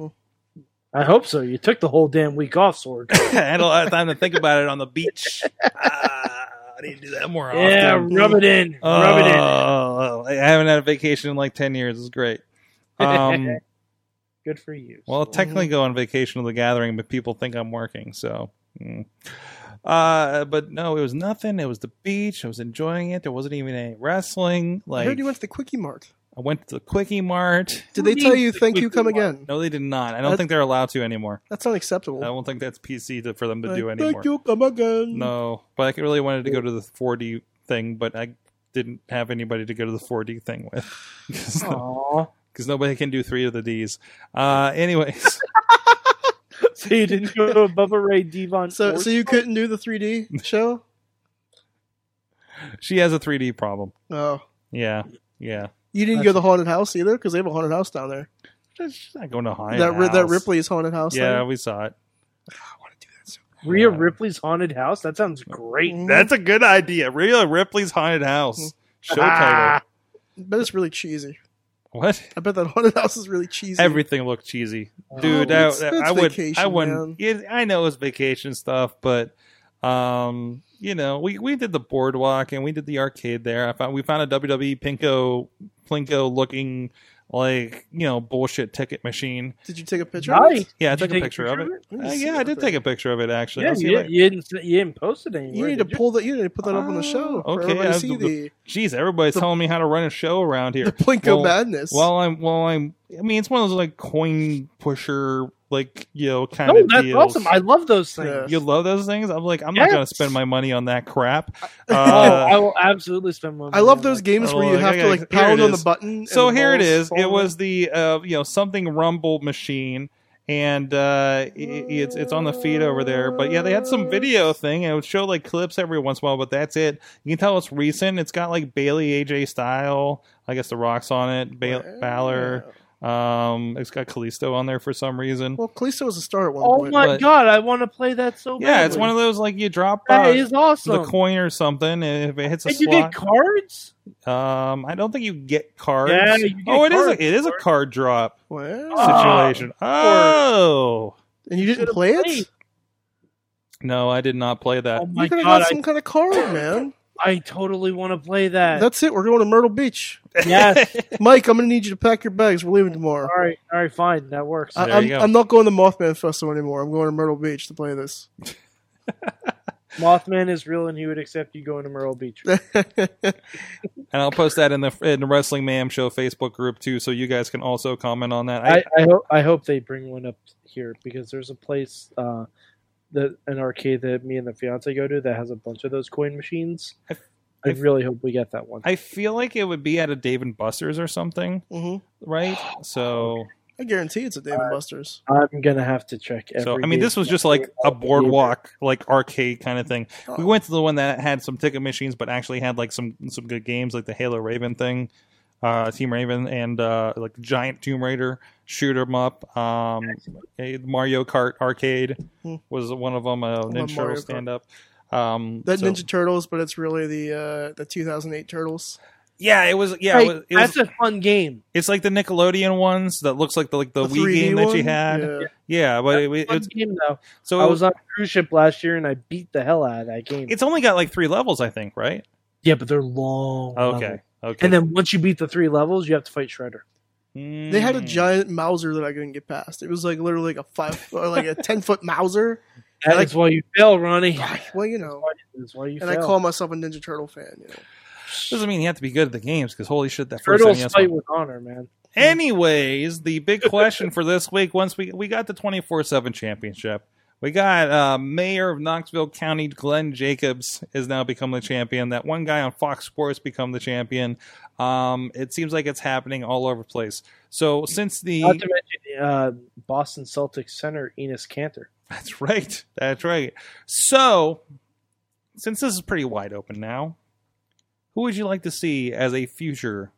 I hope so. You took the whole damn week off, Sword.
I had a lot of time to think about it on the beach. Ah, I need to do that more
yeah,
often.
rub it in. rub it in.
Oh, I haven't had a vacation in like ten years. It's great. Um,
Good for you.
Well, I'll
Sword.
technically go on vacation to the gathering, but people think I'm working, so. mm. Uh, but no, it was nothing. It was the beach. I was enjoying it. There wasn't even any wrestling.
I
Like
heard you went to the Quickie Mart.
I went to the Quickie Mart.
Did they
Please,
tell you
the
thank you,
Quickie
come
Mart.
again?
No, they did not. I don't
That-
think they're allowed to anymore.
That's unacceptable.
I don't think that's PC to, for them to
Like,
do anymore.
Thank you, come again.
No, but I really wanted to go to the 4D thing, but I didn't have anybody to go to the 4D thing with.
Aw.
because nobody can do three of the D's. Uh, anyways,
so you didn't go to a Bubba Ray Devon.
So,
or-
so you couldn't do the 3D show?
she has a 3D problem.
Oh,
Yeah, yeah.
you didn't go to the haunted house either because they have a haunted house down there.
She's not going to hide
that Ri- that
house.
Ripley's haunted house.
Yeah,
thing. Mm-hmm.
we saw it.
Rhea Ripley's haunted house. That sounds great.
Mhm.
That's a good idea. Rhea Ripley's haunted house
Mm-hmm.
show title.
Ah.
but it's really cheesy.
What?
I bet that haunted house is really cheesy.
Everything looked cheesy,
Oh,
dude.
it's-
that, I
that's
would. I
vacation,
wouldn't. yeah, I know it's vacation stuff, but um, you know, we we did the boardwalk and we did the arcade there. I found we found a WWE Pinko Plinko looking like you know bullshit ticket machine.
Did you take a picture? of it?
Nice.
Yeah, I
Did
took
you
a
take
picture of it.
Let me
Uh,
see
yeah, I
that
did
thing.
take a picture of it actually.
Yeah,
I'll see
you,
later.
you didn't you didn't post it anywhere.
You need to
did
pull that. You need to put that up on
Ah,
the show. for
okay,
everybody
I
to
was
see
the-
the
Jeez, everybody's
The-
telling me how to run a show around here.
the Plinko
Well,
madness.
While I'm, while I'm, I mean, it's one of those like coin pusher, like you know, kind
No,
of
that's
deals.
awesome. I love those things.
Yeah.
you love those things. I'm like, I'm not
Yes.
gonna spend my money on that crap.
Oh,
Uh,
I will absolutely spend money.
I love
on
those
that.
games
Oh,
where you
I
have to
gotta-
like
here it
pound on the
is.
button.
so
and
here it
balls
is.
fall
It
out.
was the uh, you know something rumble machine, and uh, i- i- it's it's on the feed over there. But yeah, they had some video thing, and it would show like clips every once in a while. But that's it. You can tell it's recent. It's got like Bailey AJ style. I guess the rocks on it. Ba- Balor. Um, it's got Kalisto on there for some reason.
Well, Kalisto was a star at one
Oh
point.
my
But-
god, I want to play that so bad.
Yeah, it's one of those like you drop uh,
That is awesome.
the coin or something, and if it hits a
and you
slot,
get cards?
um, I don't think you get cards.
Yeah, you get
oh, it is
cards.
a, it is a card drop
Wow.
Ah.
situation. Oh
and you didn't
Should've
play it?
played.
no, I did not play that.
Oh my
You could have
god,
got some kind of card,
I,
man.
I totally want to play that.
That's it. We're going to Myrtle Beach.
yes.
Mike, I'm going to need you to pack your bags. We're leaving tomorrow.
all right, all right, fine. That works.
I,
There
I'm,
you go.
I'm not going to Mothman Festival anymore. I'm going to Myrtle Beach to play this.
Mothman is real and he would accept you going to Myrtle Beach.
Mm-hmm.
and I'll post that in the in the Wrestling Mayhem Show Facebook group too, so you guys can also comment on that. I,
I, I hope I hope they bring one up here because there's a place uh, that an arcade that me and the fiance go to that has a bunch of those coin machines.
I-
I
I-
really hope we get that one.
I feel like it would be at a Dave and Buster's or something,
hmm
right? So,
I guarantee it's a Dave and Buster's.
I'm gonna have to check. Every
so I mean,
day.
this was just like a boardwalk, like arcade kind of thing. We went to the one that had some ticket machines, but actually had like some some good games, like the Halo Raven thing, uh, Team Raven, and uh, like Giant Tomb Raider, shoot 'em up, um, eh, Mario Kart arcade
Hmm.
was one of them. Uh, Ninja
Mario
Turtle
Kart.
stand up. Um,
That
so-
Ninja Turtles, but it's really the uh, the 2008 Turtles.
yeah, it was. Yeah,
Hey,
it was, it was-
that's a fun game.
It's like the Nickelodeon ones that looks like the like the, Wii
3D
game that you
one?
had. Yeah,
Yeah.
but it,
Fun
it's
game though.
so it
I was
was,
on a cruise ship last year and I beat the hell out of that game.
it's only got like three levels, I think, right?
yeah, but they're long. levels.
Okay, okay.
And then once you beat the three levels, you have to fight Shredder.
Mm.
They had
Hmm.
a giant Mauser that I couldn't get past. It was like literally like a five, or like a ten foot Mauser.
That's
like-
why you fail, Ronnie.
Well, you know,
That's why you
and I
fail.
call myself a Ninja Turtle fan. You know,
Doesn't mean you have to be good at the games because holy shit, that first
Turtles
NES
fight
one.
with honor, man.
Anyways, the big question for this week, once we we got the twenty four seven championship, we got uh, Mayor of Knoxville County Glenn Jacobs has now become the champion. That one guy on Fox Sports become the champion. Um, it seems like it's happening all over the place. So since the
Not to mention uh, Boston Celtics center Enos Cantor.
That's right. That's right. So, since this is pretty wide open now, who would you like to see as a future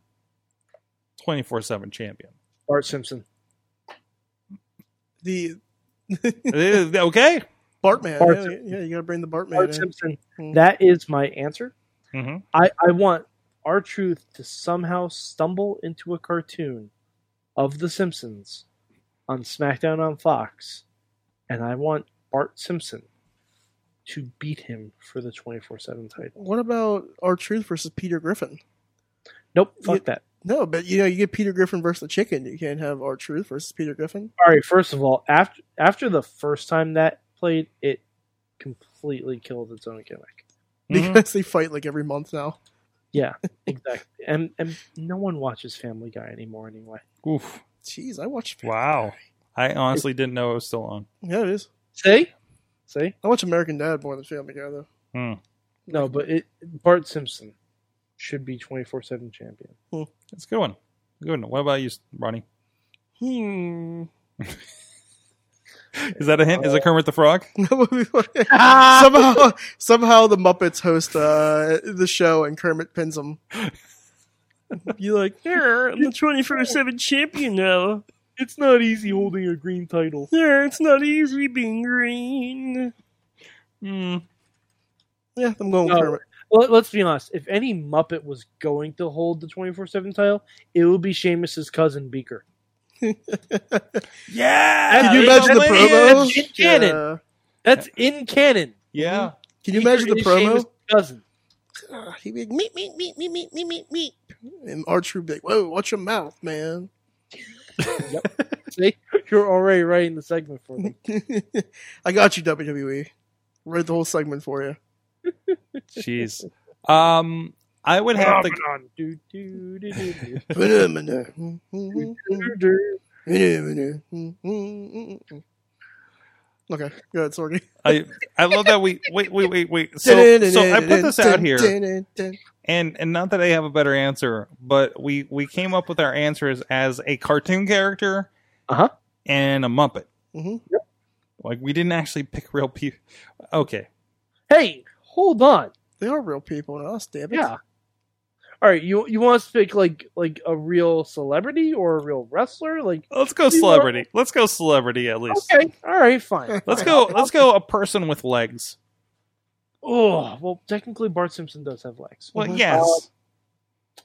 24 7 champion?
Bart Simpson.
the
Eh, okay.
Bartman.
Bart-
yeah, yeah, you gotta bring the Bartman.
Bart
in.
Simpson.
Hmm.
That is my answer.
hmm
I, I want our truth to somehow stumble into a cartoon of The Simpsons on SmackDown on Fox, and I want Bart Simpson to beat him for the twenty four seven title.
What about our Truth versus Peter Griffin?
Nope, fuck
Yeah.
that.
No, but you know, you get Peter Griffin versus the Chicken. You can't have our Truth versus Peter Griffin.
All right. First of all, after after the first time that played, it completely killed its own gimmick.
because they fight like every month now.
Yeah, exactly. and and no one watches Family Guy anymore anyway.
Oof.
Jeez, I watch.
Mm-hmm. Wow. I honestly didn't know it was still on.
Yeah, it is.
See, see.
I watch American Dad more than Family Guy though.
Hmm.
No, but it, Bart Simpson should be twenty four seven champion.
That's a good one. Good one. What about you, Ronnie?
Hmm.
Is that a hint? Is it Kermit the Frog?
somehow, somehow the Muppets host uh, the show and Kermit pins them. You like here? I'm the 24/7 champion now.
It's not easy holding a green title.
Here, it's not easy being green. Hmm.
Mm.
Yeah, I'm going with
No.
Kermit.
Well, let's be honest. If any Muppet was going to hold the twenty four seven title, it would be Seamus's cousin Beaker.
Yeah.
Can
Can you
Yeah,
imagine the
Lenny
promo?
and Jim Cannon.
Yeah.
That's in canon.
Yeah.
Can you imagine the
Beaker is
promo?
Seamus' cousin.
Uh, He'd be like, meep, meep, meep, meep, meep, meep, meep, meep. And Archer would be like, whoa, watch your mouth, man.
See, you're already writing the segment for me.
I got you, WWE. Wrote the whole segment for you.
Jeez. Um, I would have to.
Do, do, do, do, do.
okay,
Do, do.
go ahead, Sorgi.
I I love that we wait wait wait wait. So so I put this out here, and and not that I have a better answer, but we we came up with our answers as a cartoon character,
Uh-huh.
and a Muppet.
Mhm.
Like we didn't actually pick real people. Okay,
Hey, hold on.
They are real people, not us, damn it.
Yeah. All right, you you want us to pick like like a real celebrity or a real wrestler? Like
let's go
You
celebrity. Let's go celebrity at least.
okay, all right, fine.
Let's go. Let's go. A person with legs.
Oh well, technically Bart Simpson does have legs.
Well,
Mhm.
yes.
Uh,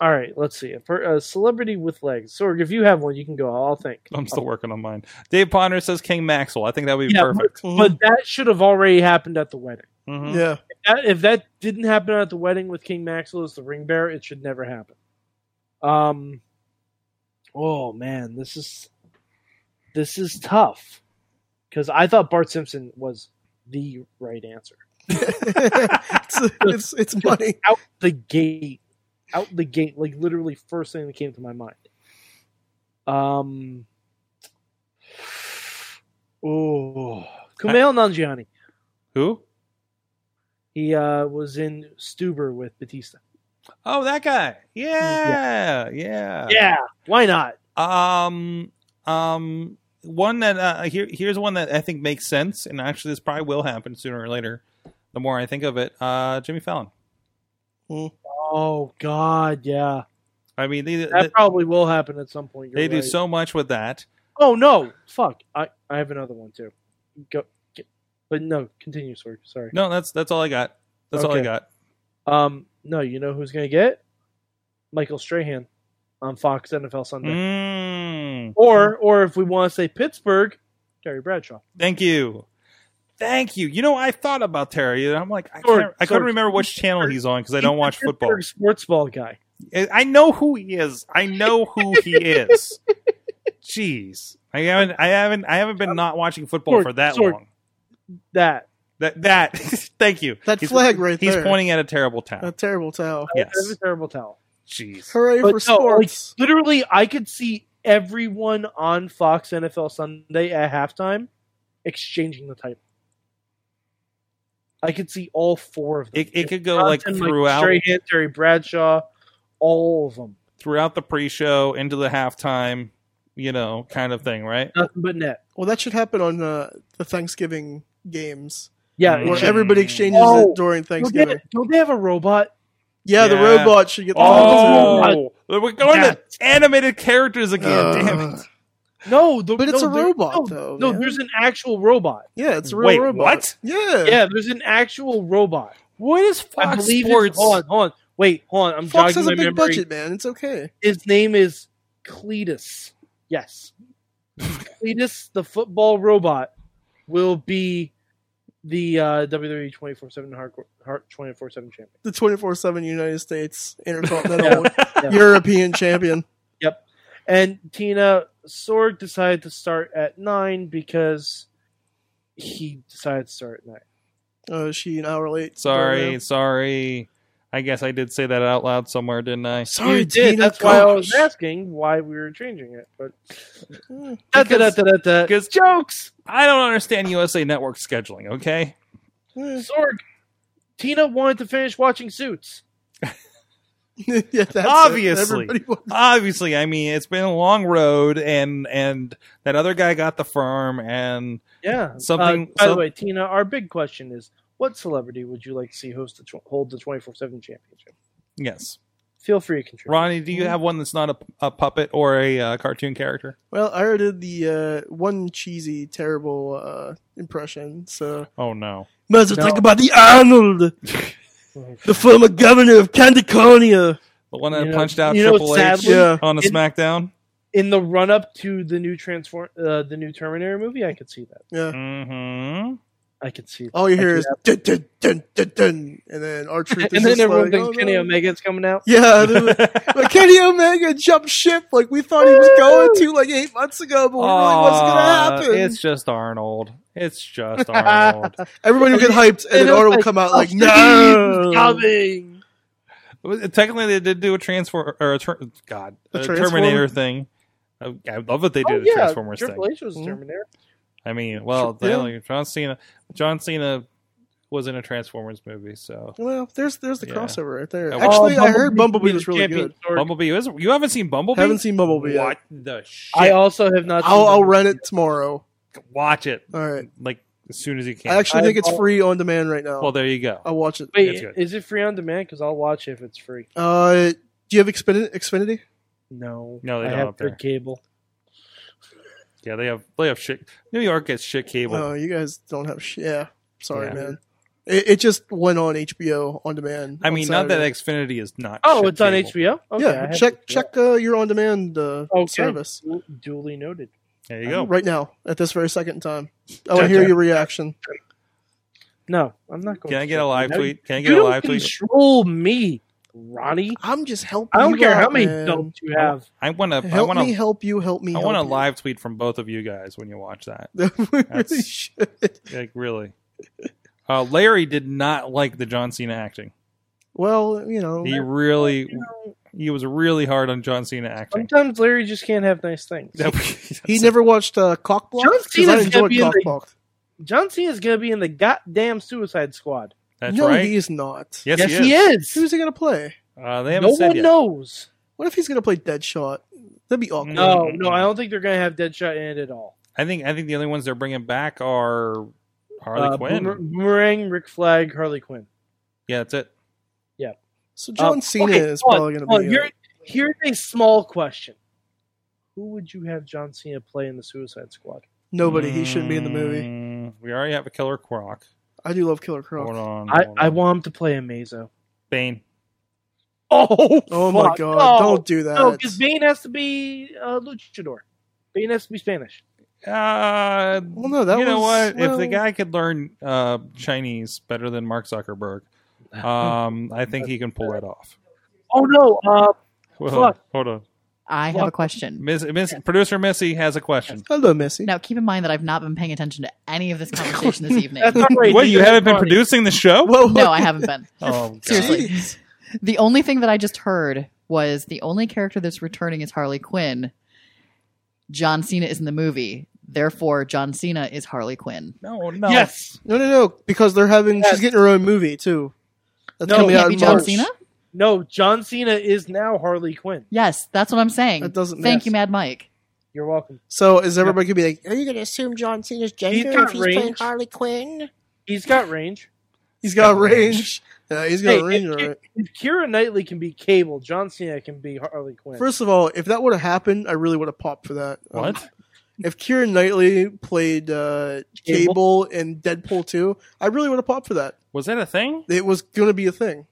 All right, let's see. A, per, a celebrity with legs. Sorg, if you have one, you can go. I'll think.
I'm still working on mine. Dave Ponder says King Maxwell. I think that would be
Yeah,
perfect.
Mhm.
But that should have already happened at the wedding.
Mhm.
yeah.
That- if that didn't happen at the wedding with King Maxwell as the ring bearer, it should never happen. Um. Oh man, this is this is tough because I thought Bart Simpson was the right answer
it's, it's it's money.
out the gate, out the gate, like literally first thing that came to my mind. Um. Oh, Kumail Nanjiani.
Who?
He uh, was in Stuber with Batista.
Oh, that guy. Yeah, yeah.
Yeah, why not?
Um, um, one that uh, here here's one that I think makes sense, and actually this probably will happen sooner or later. The more I think of it, uh, Jimmy Fallon.
Oh God, yeah,
I mean, they
that
they,
probably will happen at some point. you're
they do
right.
so much with that.
Oh no, fuck! I I have another one too. Go, get, but no, continue. Sorry, sorry.
No, that's that's all I got. That's all I
Okay.
got.
Um, no, you know who's gonna get Michael Strahan on Fox NFL Sunday,
Mm,
or or if we want to say Pittsburgh, Terry Bradshaw.
thank you, thank you. You know, I thought about Terry, and I'm like, I,
Sorg,
can't, I couldn't
Sorg.
remember which channel he's on because I don't watch football.
Pittsburgh sports ball guy.
I I know who he is. I know who he is. Jeez, I haven't, I haven't, I haven't been not watching football
Sorg,
for that
Sorg.
long.
That
That that. thank you.
That
He's-
flag right
He's
there.
pointing at a terrible town.
That terrible towel.
yes.
that's a terrible towel.
Jeez.
Hooray
But
for
no, like,
sports.
literally, I could see everyone on Fox NFL Sunday at halftime exchanging the title. I could see all four of them.
It, it could go like
Johnson, Mike
throughout
Strahan, Terry Bradshaw, all of them.
throughout the pre-show into the halftime, you know, kind of thing, right?
Nothing but net.
well, that should happen on uh, the Thanksgiving games
Yeah,
Mm.
it
where
should.
should.
everybody exchanges
Oh,
it during
Mm-hmm. don't, they,
Thanksgiving.
don't they have a robot?
Yeah, the
Yeah.
robot should get the
Oh, we're going
Yeah.
to animated characters again.
Uh,
damn it!
No, the,
But it's
no,
a
there-
robot,
no,
though,
No,
man.
there's an actual robot.
Yeah, it's a real
Wait,
robot.
what?
Yeah.
Yeah, there's an actual robot.
What is
I
Fox
believe
Sports?
it's hold on, hold on. Wait, hold on. I'm
Fox
jogging
has a
my
big
memory.
budget, man. It's okay.
His name is Cletus. Yes. Cletus, the football robot, will be the uh, WWE 24 7 hardcore 24 7 champion.
The 24 7 United States Intercontinental European champion.
And Tina Sorg decided to start at nine because he decided to start at nine.
Oh, is she an hour late.
Sorry, sorry. I guess I did say that out loud somewhere, didn't I?
Sorry,
you did.
Tina,
That's why I was
gosh.
asking why we were changing it. But
Yeah.
Da-da-da-da-da.
Because jokes. I don't understand USA Network scheduling. Okay.
Yeah,
Sorg, Tina wanted to finish watching Suits.
yeah, that's it.
Obviously.
Everybody wants-
Obviously, I mean it's been a long road, and and that other guy got the firm, and
Yeah.
Something-
Uh, by the
some-
way, Tina, our big question is: What celebrity would you like to see host the tw- hold the twenty four seven championship?
yes,
Feel free to contribute.
Ronnie, do you have one that's not a, a puppet or a uh, cartoon character?
Well, I already did the uh, one cheesy, terrible uh, impression, so.
Oh no,
Might as well
No.
talk about the Arnold, the former governor of Candicornia.
the one that
You know-
punched out
you know,
Triple H
sadly-
Yeah.
on a
it-
SmackDown.
In the run up to the new transform, uh, the new Terminator movie, I could see that.
Yeah.
Mm-hmm.
I could see. That.
Oh,
All you hear
I
is dun, dun, dun, dun, dun, and then our truth
could-
is
and then
just
everyone
like,
thinks
oh,
Kenny
no.
Omega's coming out.
Yeah, they're like, but Kenny Omega jumped ship like we thought he was going to like eight months ago, but it really wasn't going to happen.
It's just Arnold. It's just Arnold.
Everybody will get hyped,
And
and, then
it was
Arnold will
like,
come out
"Oh,
like,
he's
no.
coming.
Well, Technically, they did do a transform or a ter- God
A
a
transform?
Terminator thing. I, I love that they did
Oh,
a
yeah,
Transformers thing. Hmm?
Triple H was
Mhm.
Terminator.
I mean, well,
Yeah.
they- John Cena. John Cena was in a Transformers movie, so
Well, there's there's the
Yeah.
crossover right there.
Oh,
Actually, I heard Bumblebee
is
was really
champion.
good.
Sorg,
Bumblebee is. You haven't seen Bumblebee?
Haven't seen Bumblebee yet.
What the shit?
I also have not.
I'll,
seen
I'll
Bumblebee.
rent it tomorrow.
watch it
All right.
like as soon as you can.
I actually uh, oh. think it's
I've-
free on demand right now.
well, there you go.
I'll watch it.
Wait,
That's good.
is it free on demand? Because I'll watch it if it's free.
Uh, do you have Xpin- Xfinity?
No,
No, they
I
don't
have
up there.
good cable.
Yeah, they have they have shit. New York gets shit cable.
No, Oh, you guys don't have. Sh- yeah, sorry,
Yeah.
man. It, it just went on HBO on demand.
I
on
mean, not that
Saturday.
Xfinity is not.
Oh,
shit
it's on
cable.
HBO. Okay, I
yeah,
have
check
to-
check uh, your on demand uh,
Okay.
service
Du- Duly noted.
There you go.
right now at this very second time. Oh, I want to
Check
hear
it.
your reaction.
No, I'm not going.
Can I
to
get a
check.
live
No,
tweet? Can I
you
get a
don't
live tweet?
Control me, Ronnie.
I'm just helping.
I don't
you
care
out,
how many
man.
dumps you have.
I want to. I
Help
want
me,
to.
help you, help me.
I want a
help you.
live tweet from both of you guys when you watch that.
we really
That's-
should.
Like really. Uh, Larry did not like the John Cena acting.
Well, you know,
He really,
You know,
he was really hard on John Cena acting.
sometimes Larry just can't have nice things.
he never watched uh, Cock Block.
John
'Cause I
Cena's gonna
enjoyed
be in
Cock
the-
Block.
John Cena's gonna be in the goddamn Suicide Squad.
That's
no,
right.
he is not.
yes,
yes,
he is.
he is.
Who's he gonna play?
Uh, they haven't
No
said
one
yet.
knows. Oh,
What if he's gonna play Deadshot? That'd be awkward.
No,
Mm.
no, I don't think they're gonna have Deadshot in it at all.
I think. I think the only ones they're bringing back are Harley
Uh,
Quinn.
Boomer- Boomerang, Rick Flag, Harley Quinn.
yeah, that's it.
So John
Um,
Cena
okay,
is
hold on,
probably gonna
hold on.
be. in
Here,
it.
here's a small question: Who would you have John Cena play in the Suicide Squad?
Nobody. He shouldn't be
Mm.
in the movie.
movie. Mm, We already have a Killer Croc.
I do love Killer Croc.
Hold on.
I,
hold
I
on.
want him to play a Mazo.
Bane.
Oh,
Oh my
fuck,
god!
no.
Don't do that.
No, because Bane has to be uh, luchador. Bane has to be Spanish.
Uh,
well, no, that
you know
was-
what? if the
well-
guy could learn uh, Chinese better than Mark Zuckerberg, um, I think he can pull that off.
Oh no, uh,
Hold on,
Fuck.
hold on.
I have
Well-
a question.
Miss, Miss, Producer Missy has a question.
Hello, Missy.
Now, keep in mind that I've not been paying attention to any of this conversation this evening.
that's not right.
What? You haven't been
Ronnie.
producing the show?
Whoa,
No, I haven't been.
Oh, God.
Seriously.
Jeez.
The only thing that I just heard was the only character that's returning is Harley Quinn. John Cena is in the movie. Therefore, John Cena is Harley Quinn.
No, no.
Yes.
No, no, no. Because they're having.
Yes.
She's getting her own movie too. That's
No,
It
coming
can't
out
be
in
John
March.
Cena?
No, John Cena is now Harley Quinn.
Yes, that's what I'm saying.
That doesn't
Thank
make
you, Mad Mike.
You're welcome.
So is everybody gonna be like, "Are you gonna assume John
He's
Cena's gender
got
if he's playing
range.
Harley Quinn?"
He's got range.
He's got range. Yeah, he's got
Hey,
range.
if-
All right.
If Kira Knightley can be Cable, John Cena can be Harley Quinn.
First of all, if that would have happened, I really would have popped for that. Um,
What?
if Kieran Knightley played uh,
Cable?
Cable in Deadpool 2, I really would have popped for that.
Was that a thing?
It was going to be a thing.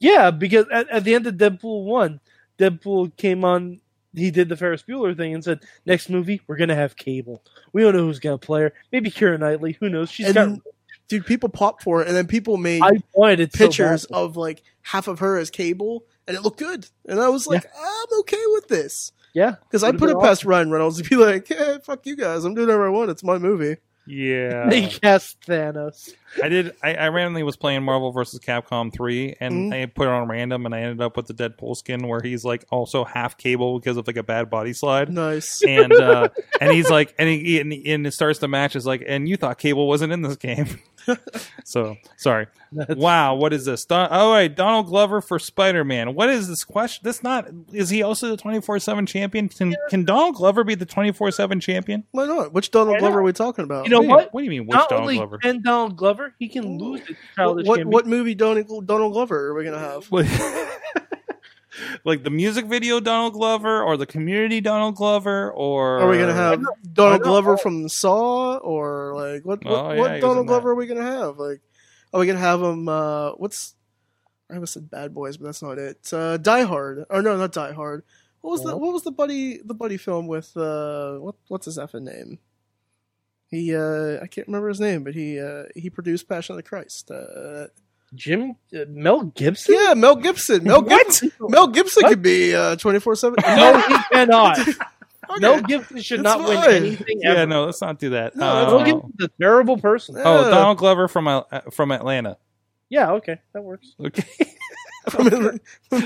Yeah, because at, at the end of Deadpool one, Deadpool came on. He did the Ferris Bueller thing and said, "Next movie, we're gonna have Cable. We don't know who's gonna play her. Maybe Kira Knightley. Who knows? She's got.
And- Dude, people popped for it, and then people made
I wanted it so
pictures
badly.
of like half of her as Cable, and it looked good. And I was like, I'm okay with this.
yeah,
Because I'd
Would've
put
been
it past Ryan Reynolds and be like, hey, fuck you guys. I'm doing whatever I want. It's my movie.
Yeah.
They cast Thanos.
I did. I, I randomly was playing Marvel vs. Capcom 3, and I put it on random, and I ended up with the Deadpool skin where he's like also half cable because of like a bad body slide.
Nice.
And uh, and he's like, and he and, he- and it starts the match is like, and you thought cable wasn't in this game, so sorry. wow, what is this? Don- All right, Donald Glover for Spider Man. What is this question? That's not. Is he also the twenty four seven champion? Can can Donald Glover be the twenty four seven champion?
Why not? Which Donald
Why
Glover
not?
are we talking about?
You know
What do you-
what?
What do you mean? Which
Not
Donald
only
Glover?
can Donald Glover, he can lose the
what,
childish.
what,
Gambino.
what movie Donald, Donald Glover are we going to have?
like the music video Donald Glover or the community Donald Glover or
Are we gonna have
I
Donald
know.
Glover from Saw, or like what? What,
Oh, yeah, he
what
was in
Donald
that.
Glover are we gonna have? Like, are we gonna have him? Uh, what's? I almost said Bad Boys, but that's not it. Uh, Die Hard, or no, not Die Hard. What was the
Well.
What was the buddy the buddy film with uh what What's his effing name? He uh I can't remember his name, but he uh he produced Passion of the Christ. Uh,
Jim uh, Mel Gibson?
yeah, Mel Gibson. Mel Gibson. Mel Gibson
What?
could be uh twenty four seven.
No, he cannot. Mel Gibson should
That's
not win
fine.
anything
Yeah,
ever.
no, let's not do that.
No,
Uh,
Mel Gibson's a terrible person.
oh, Donald Glover from Al- uh, from Atlanta.
Yeah, okay, that works.
Okay,
from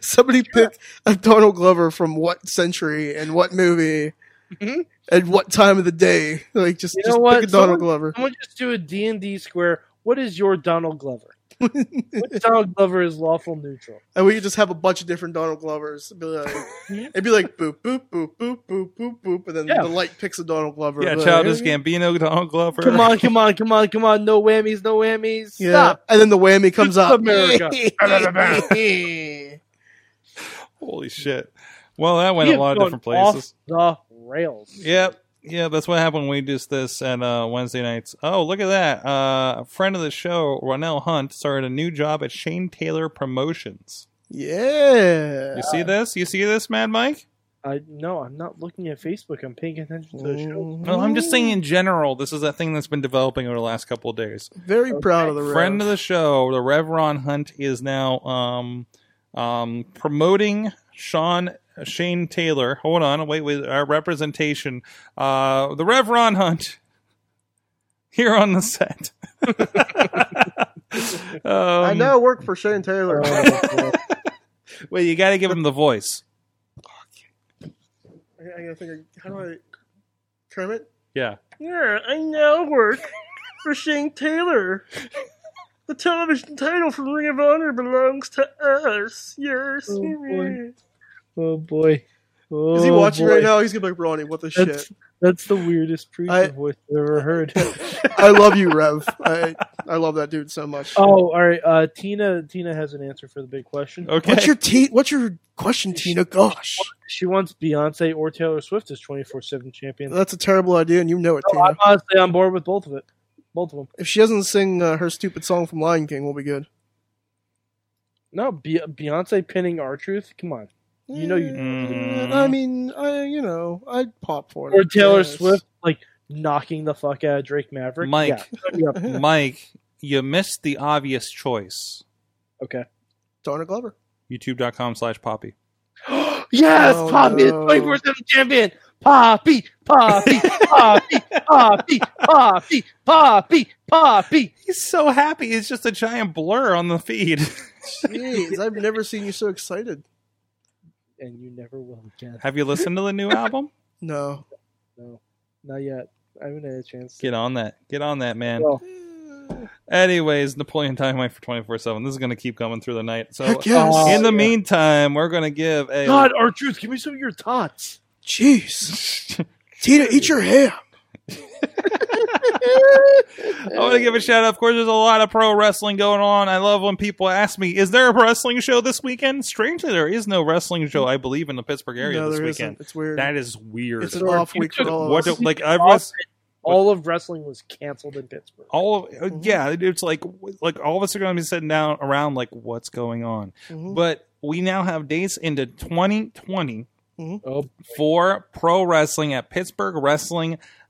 somebody pick a Donald Glover from what century and what movie
Mhm.
and what time of the day. Like just,
You know
just
what?
pick a
Someone-
Donald Glover.
Someone just do a D and D square. What is your Donald Glover? Which Donald Glover is lawful neutral?
And we could just have a bunch of different Donald Glovers. It'd be like, it'd be like boop, boop, boop, boop, boop, boop, boop. And then
Mm-hmm. Yeah.
the light picks a Donald Glover.
Yeah,
Like,
Childish Gambino, Donald Glover.
Come on, come on, come on, come on! No whammies, no whammies.
Yeah.
Stop.
And then the whammy comes up.
America.
Holy shit. Well, that went
We
a lot of
have
different
gone off
places.
The rails.
Yep. Yeah, that's what happened when we did this at uh, Wednesday nights. Oh, look at that. Uh, a friend of the show, Ronell Hunt, started a new job at Shane Taylor Promotions.
yeah.
You see this? You see this, Mad Mike?
I no, I'm not looking at Facebook. I'm paying attention to the show.
Mhm.
No, I'm just saying in general, this is a thing that's been developing over the last couple of days.
Very proud of the
friend
Rev.
of the show, the Rev Ron Hunt, is now um, um, promoting Sean Shane Taylor. Hold on, wait with our representation. Uh, the Rev Ron Hunt here on the set. um,
I now work for Shane Taylor. I,
Wait, you got to give him the voice.
I gotta think. Of, how do I? Kermit.
Yeah.
Yeah, I now work for Shane Taylor. The television title from Ring of Honor belongs to us. Yes.
Oh, boy. Oh boy. Oh,
Is he watching
boy.
right now? He's gonna be like, Ronnie, what the
That's
shit?
that's the weirdest preacher
I-
voice I've ever heard.
I love you, Rev. I I love that dude so much.
oh, all right. Uh, Tina Tina has an answer for the big question.
Okay.
What's your te- What's your question, Tina? Gosh,
She wants Beyonce or Taylor Swift as 24 seven champion.
that's a terrible idea, and you know it,
No, I'm
Tina.
honestly on board with both of it. Both of them.
If she doesn't sing uh, her stupid song from Lion King, we'll be good.
No, Be- Beyonce pinning our truth. Come on. You know you-
Mhm.
Eh, I mean, I you know, I'd pop for it.
Or Taylor
Yes.
Swift like knocking the fuck out of Drake Maverick.
Mike.
Yeah. Yep.
Mike, you missed the obvious choice.
Okay.
Donald Glover.
YouTube.com slash Poppy.
yes,
Oh,
Poppy is
no.
24 7 champion. Poppy, Poppy, Poppy, Poppy, Poppy, Poppy, Poppy.
He's so happy. It's just a giant blur on the feed.
Jeez, I've never seen you so excited.
And you never will again.
Have you listened to the new album?
No.
No, not yet. I haven't had a chance.
Get on that. Get on that, man.
Well,
Anyways, Napoleon Dynamite for 24 7. This is going to keep coming through the night. So,
Heck yes.
uh,
in the
yeah.
meantime, we're going to give a.
God, our truth, give me some of your tots.
Jeez. Tina, eat your ham.
I want to give a shout out. Of course, there's a lot of pro wrestling going on. I love when people ask me, is there a wrestling show this weekend? Strangely, there is no wrestling show, I believe, in the Pittsburgh area
no,
this
there
weekend.
not It's weird.
That is weird.
it's an off week for all
what
of
do,
us.
like I was
All of wrestling was canceled in Pittsburgh.
all of
Mm-hmm.
uh, yeah, it's like like all of us are going to be sitting down around like what's going on.
Mhm.
But we now have dates into 2020
Oh,
for pro wrestling at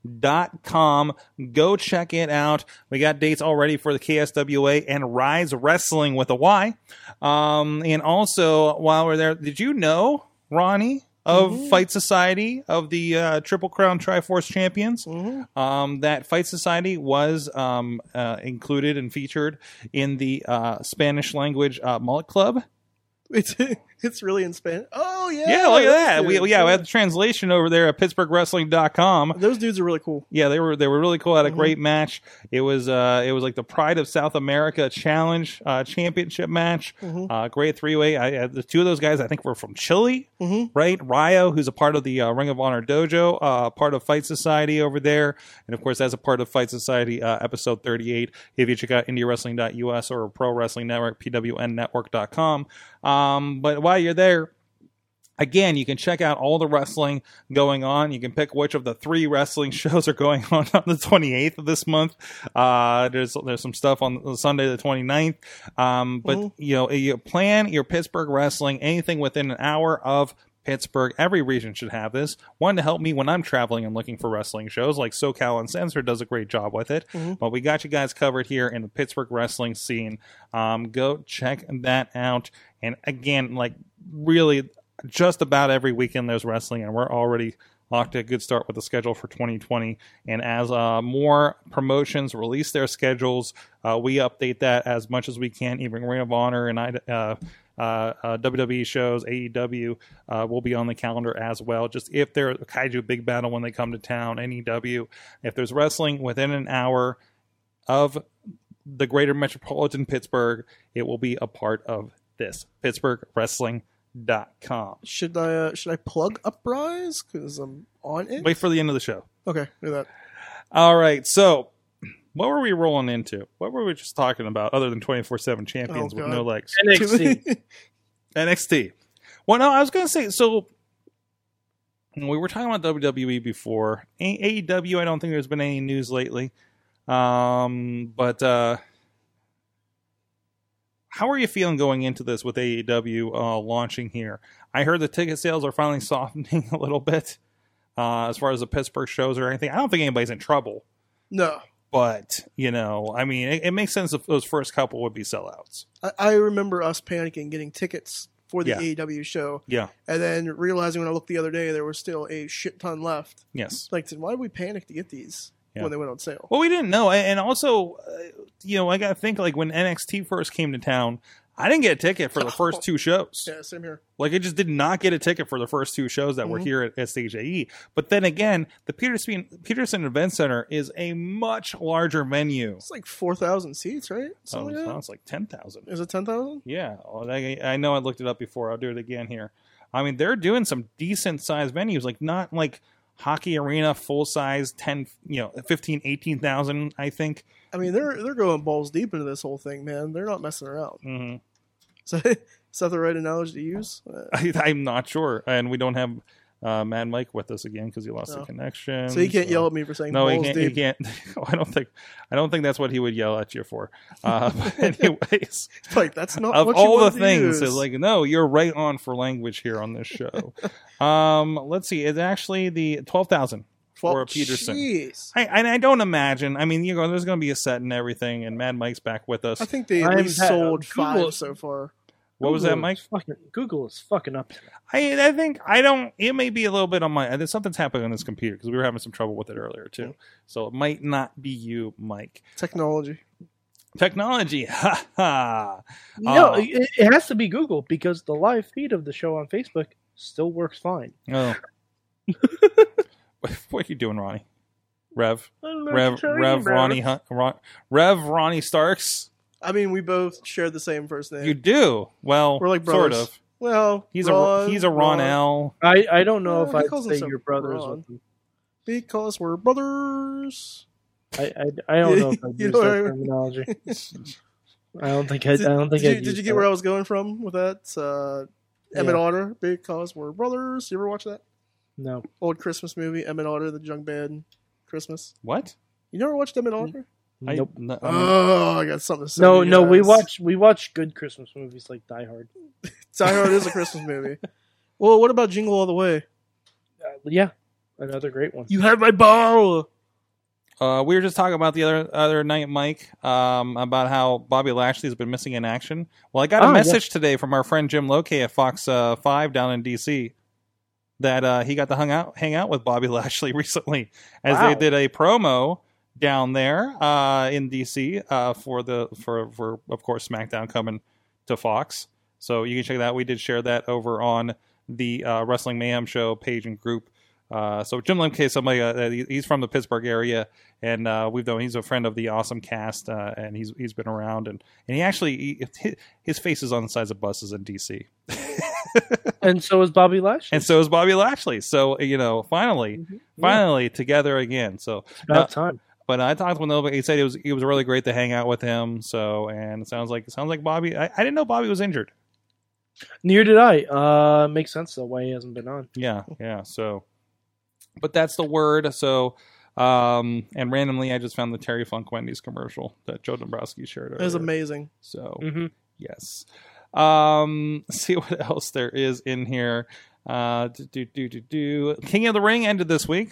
pittsburghwrestling.com. Go check it out. We got dates already for the KSWA and Rise Wrestling with a Y. Um, and also, while we're there, did you know, Ronnie, of Fight Society, of the uh, Triple Crown Triforce Champions,
Mm-hmm.
um, that Fight Society was um, uh, included and featured in the uh, Spanish language uh, Mullet Club?
It's it's really in Spanish. Oh yeah.
Yeah, look at
those
that. We,
dudes,
yeah, we had the translation over there at pittsburghwrestling.com.
Those dudes are really cool.
Yeah, they were they were really cool. Had a great match. It was uh it was like the Pride of South America Challenge uh, Championship match.
Mm-hmm.
Uh, great three way. I, uh, the two of those guys I think were from Chile, right? Ryo, who's a part of the uh, Ring of Honor Dojo, uh, part of Fight Society over there, and of course as a part of Fight Society uh, episode thirty eight. If you check out IndieWrestling.us or Pro Wrestling Network PWNNetwork.com. Um, but while you're there again, you can check out all the wrestling going on. You can pick which of the three wrestling shows are going on on the 28th of this month. Uh, there's there's some stuff on Sunday the 29th. Um, but you know, you plan your Pittsburgh wrestling anything within an hour of Pittsburgh. Every region should have this. One to help me when I'm traveling and looking for wrestling shows, like SoCal Uncensored does a great job with it. But we got you guys covered here in the Pittsburgh wrestling scene. Um, go check that out. And again, like really, just about every weekend there's wrestling, and we're already off to a good start with the schedule for 2020. And as uh, more promotions release their schedules, uh, we update that as much as we can. Even Ring of Honor and I. Uh, uh, uh, WWE shows, AEW uh, will be on the calendar as well. Just if there's a kaiju big battle when they E come to town, NEW, if there's wrestling within an hour of the greater metropolitan Pittsburgh, it will be a part of this PittsburghWrestling.com.
Should I uh, should I plug Uprise because I'm on it?
Wait for the end of the show.
Okay, do that.
All right, so what were we rolling into? What were we just talking about other than 24 7 champions
Oh,
with
God.
no legs?
NXT.
NXT. Well, no, I was going to say so. We were talking about WWE before A- AEW. I don't think there's been any news lately, um, but uh, how are you feeling going into this with AEW uh, launching here? I heard the ticket sales are finally softening a little bit uh, as far as the Pittsburgh shows or anything. I don't think anybody's in trouble,
No,
but you know, I mean, it, it makes sense if those first couple would be sellouts.
I, I remember us panicking getting tickets for the
Yeah.
AEW show,
Yeah.
and then realizing when I looked the other day there was still a shit ton left.
Yes.
Like, then why did we panic to get these
Yeah.
when they went on sale?
Well, we didn't know, and and also, uh, you know, I got to think like when NXT first came to town, I didn't get a ticket for the first two shows.
Yeah, same here.
Like, I just did not get a ticket for the first two shows that were
Mhm.
here at, at Stage AE. But then again, the Peterson Peterson Event Center is a much larger venue.
It's like four thousand seats, right?
Oh,
Something
it's
like
it's like ten thousand.
that. Is it ten thousand?
Yeah, well, I, I know I looked it up before. I'll do it again here. I mean, they're doing some decent sized venues, like not like hockey arena full size 10 you know 15 18,000 I think.
I mean, they're they're going balls deep into this whole thing, man. They're not messing around.
Mhm.
So is that the right analogy to use? Uh,
I, I'm not sure, and we don't have uh, Mad Mike with us again because he lost the
No.
connection.
Oh. so you can't yell at me for saying
Um, No, he
balls
can't.
deep.
He can't. Oh, I don't think. I don't think that's what he would yell at you for. Uh, but anyways,
Like that's not
of
Oh, what you
all the
wanted to
things,
use.
it's like no, you're right on for language here on this show. um, let's see. It's actually the twelve thousand.
Well,
Laura Peterson.
jeez.
I, and I don't imagine. I mean, you know, there's going to be a set and everything, and Mad Mike's back with us.
I think they
I
at
am
least
Pat.
sold
Google it.
five so far.
What was that,
Google
Mike?
is Fucking, Google is fucking up. tonight.
I I think I don't. It may be a little bit on my. There's something's happening on this computer because we were having some trouble with it earlier too. So it might not be you, Mike.
Technology.
Technology, ha ha. Oh.
No, it, it has to be Google because the live feed of the show on Facebook still works fine.
Oh, what, what are you doing, Ronnie? Rev,
I don't know what
Rev,
to tell you,
Rev,
bro.
Ronnie, Hunt, Ron, Rev, Ronnie Starks.
I mean, we both share the same first name.
You do well.
We're like
sort
brothers.
of.
well,
He's
Ron,
a he's a Ron,
Ron,
L.
I, I don't know
Yeah,
if
he
I'd
calls
say
himself
your brother is
Ron.
with him.
because we're brothers.
I, I, I don't know if I'd
You
use
know what I
that
mean?
terminology. I don't think I, I
Did,
don't think
did
I'd
you,
use
did you get
that.
where I was going from with that? Uh, Emmett Otter, because we're brothers. You ever watch that
No.
old Christmas movie, Emmett Otter, the junk band Christmas?
What?
You never watched Emmett Otter?
I- um,
Nope.
no, I mean,
Oh, I got something to say.
No,
to you
no, we
guys.
watch we watch good Christmas movies like Die Hard.
Die Hard is a Christmas movie. Well, what about Jingle All the Way?
Uh, yeah, another great one.
You had my ball.
Uh, we were just talking about the other other night, Mike, um, about how Bobby Lashley has been missing in action. Well, I got a
Oh, yeah.
message today from our friend Jim Loke at Fox uh, Five down in DC that uh, he got to hung out hang out with Bobby Lashley recently as
Wow.
they did a promo down there uh, in DC uh, for the for for of course SmackDown coming to Fox. So you can check that. out. We did share that over on the uh, Wrestling Mayhem Show page and group. Uh, so Jim Lemke, is somebody uh, he- he's from the Pittsburgh area, and uh, we've known he's a friend of the awesome cast, uh, and he's he's been around, and and he actually he, hi- his face is on the sides of buses in D.C.
And so is Bobby Lashley.
and so is Bobby Lashley. So you know, finally,
Mm-hmm.
finally together again. So,
It's about
uh,
time.
but I talked with him. He said it was it was really great to hang out with him. So, and it sounds like it sounds like Bobby. I, I didn't know Bobby was injured.
Near did I. Uh, makes sense though why he hasn't been on.
Yeah, yeah. So, but that's the word. So, um, and randomly, I just found the Terry Funk Wendy's commercial that Joe Dombrowski shared.
It was
earlier.
amazing.
So,
Mhm.
yes. Um, let's see what else there is in here. Uh, do, do, do, do, do. King of the Ring ended this week.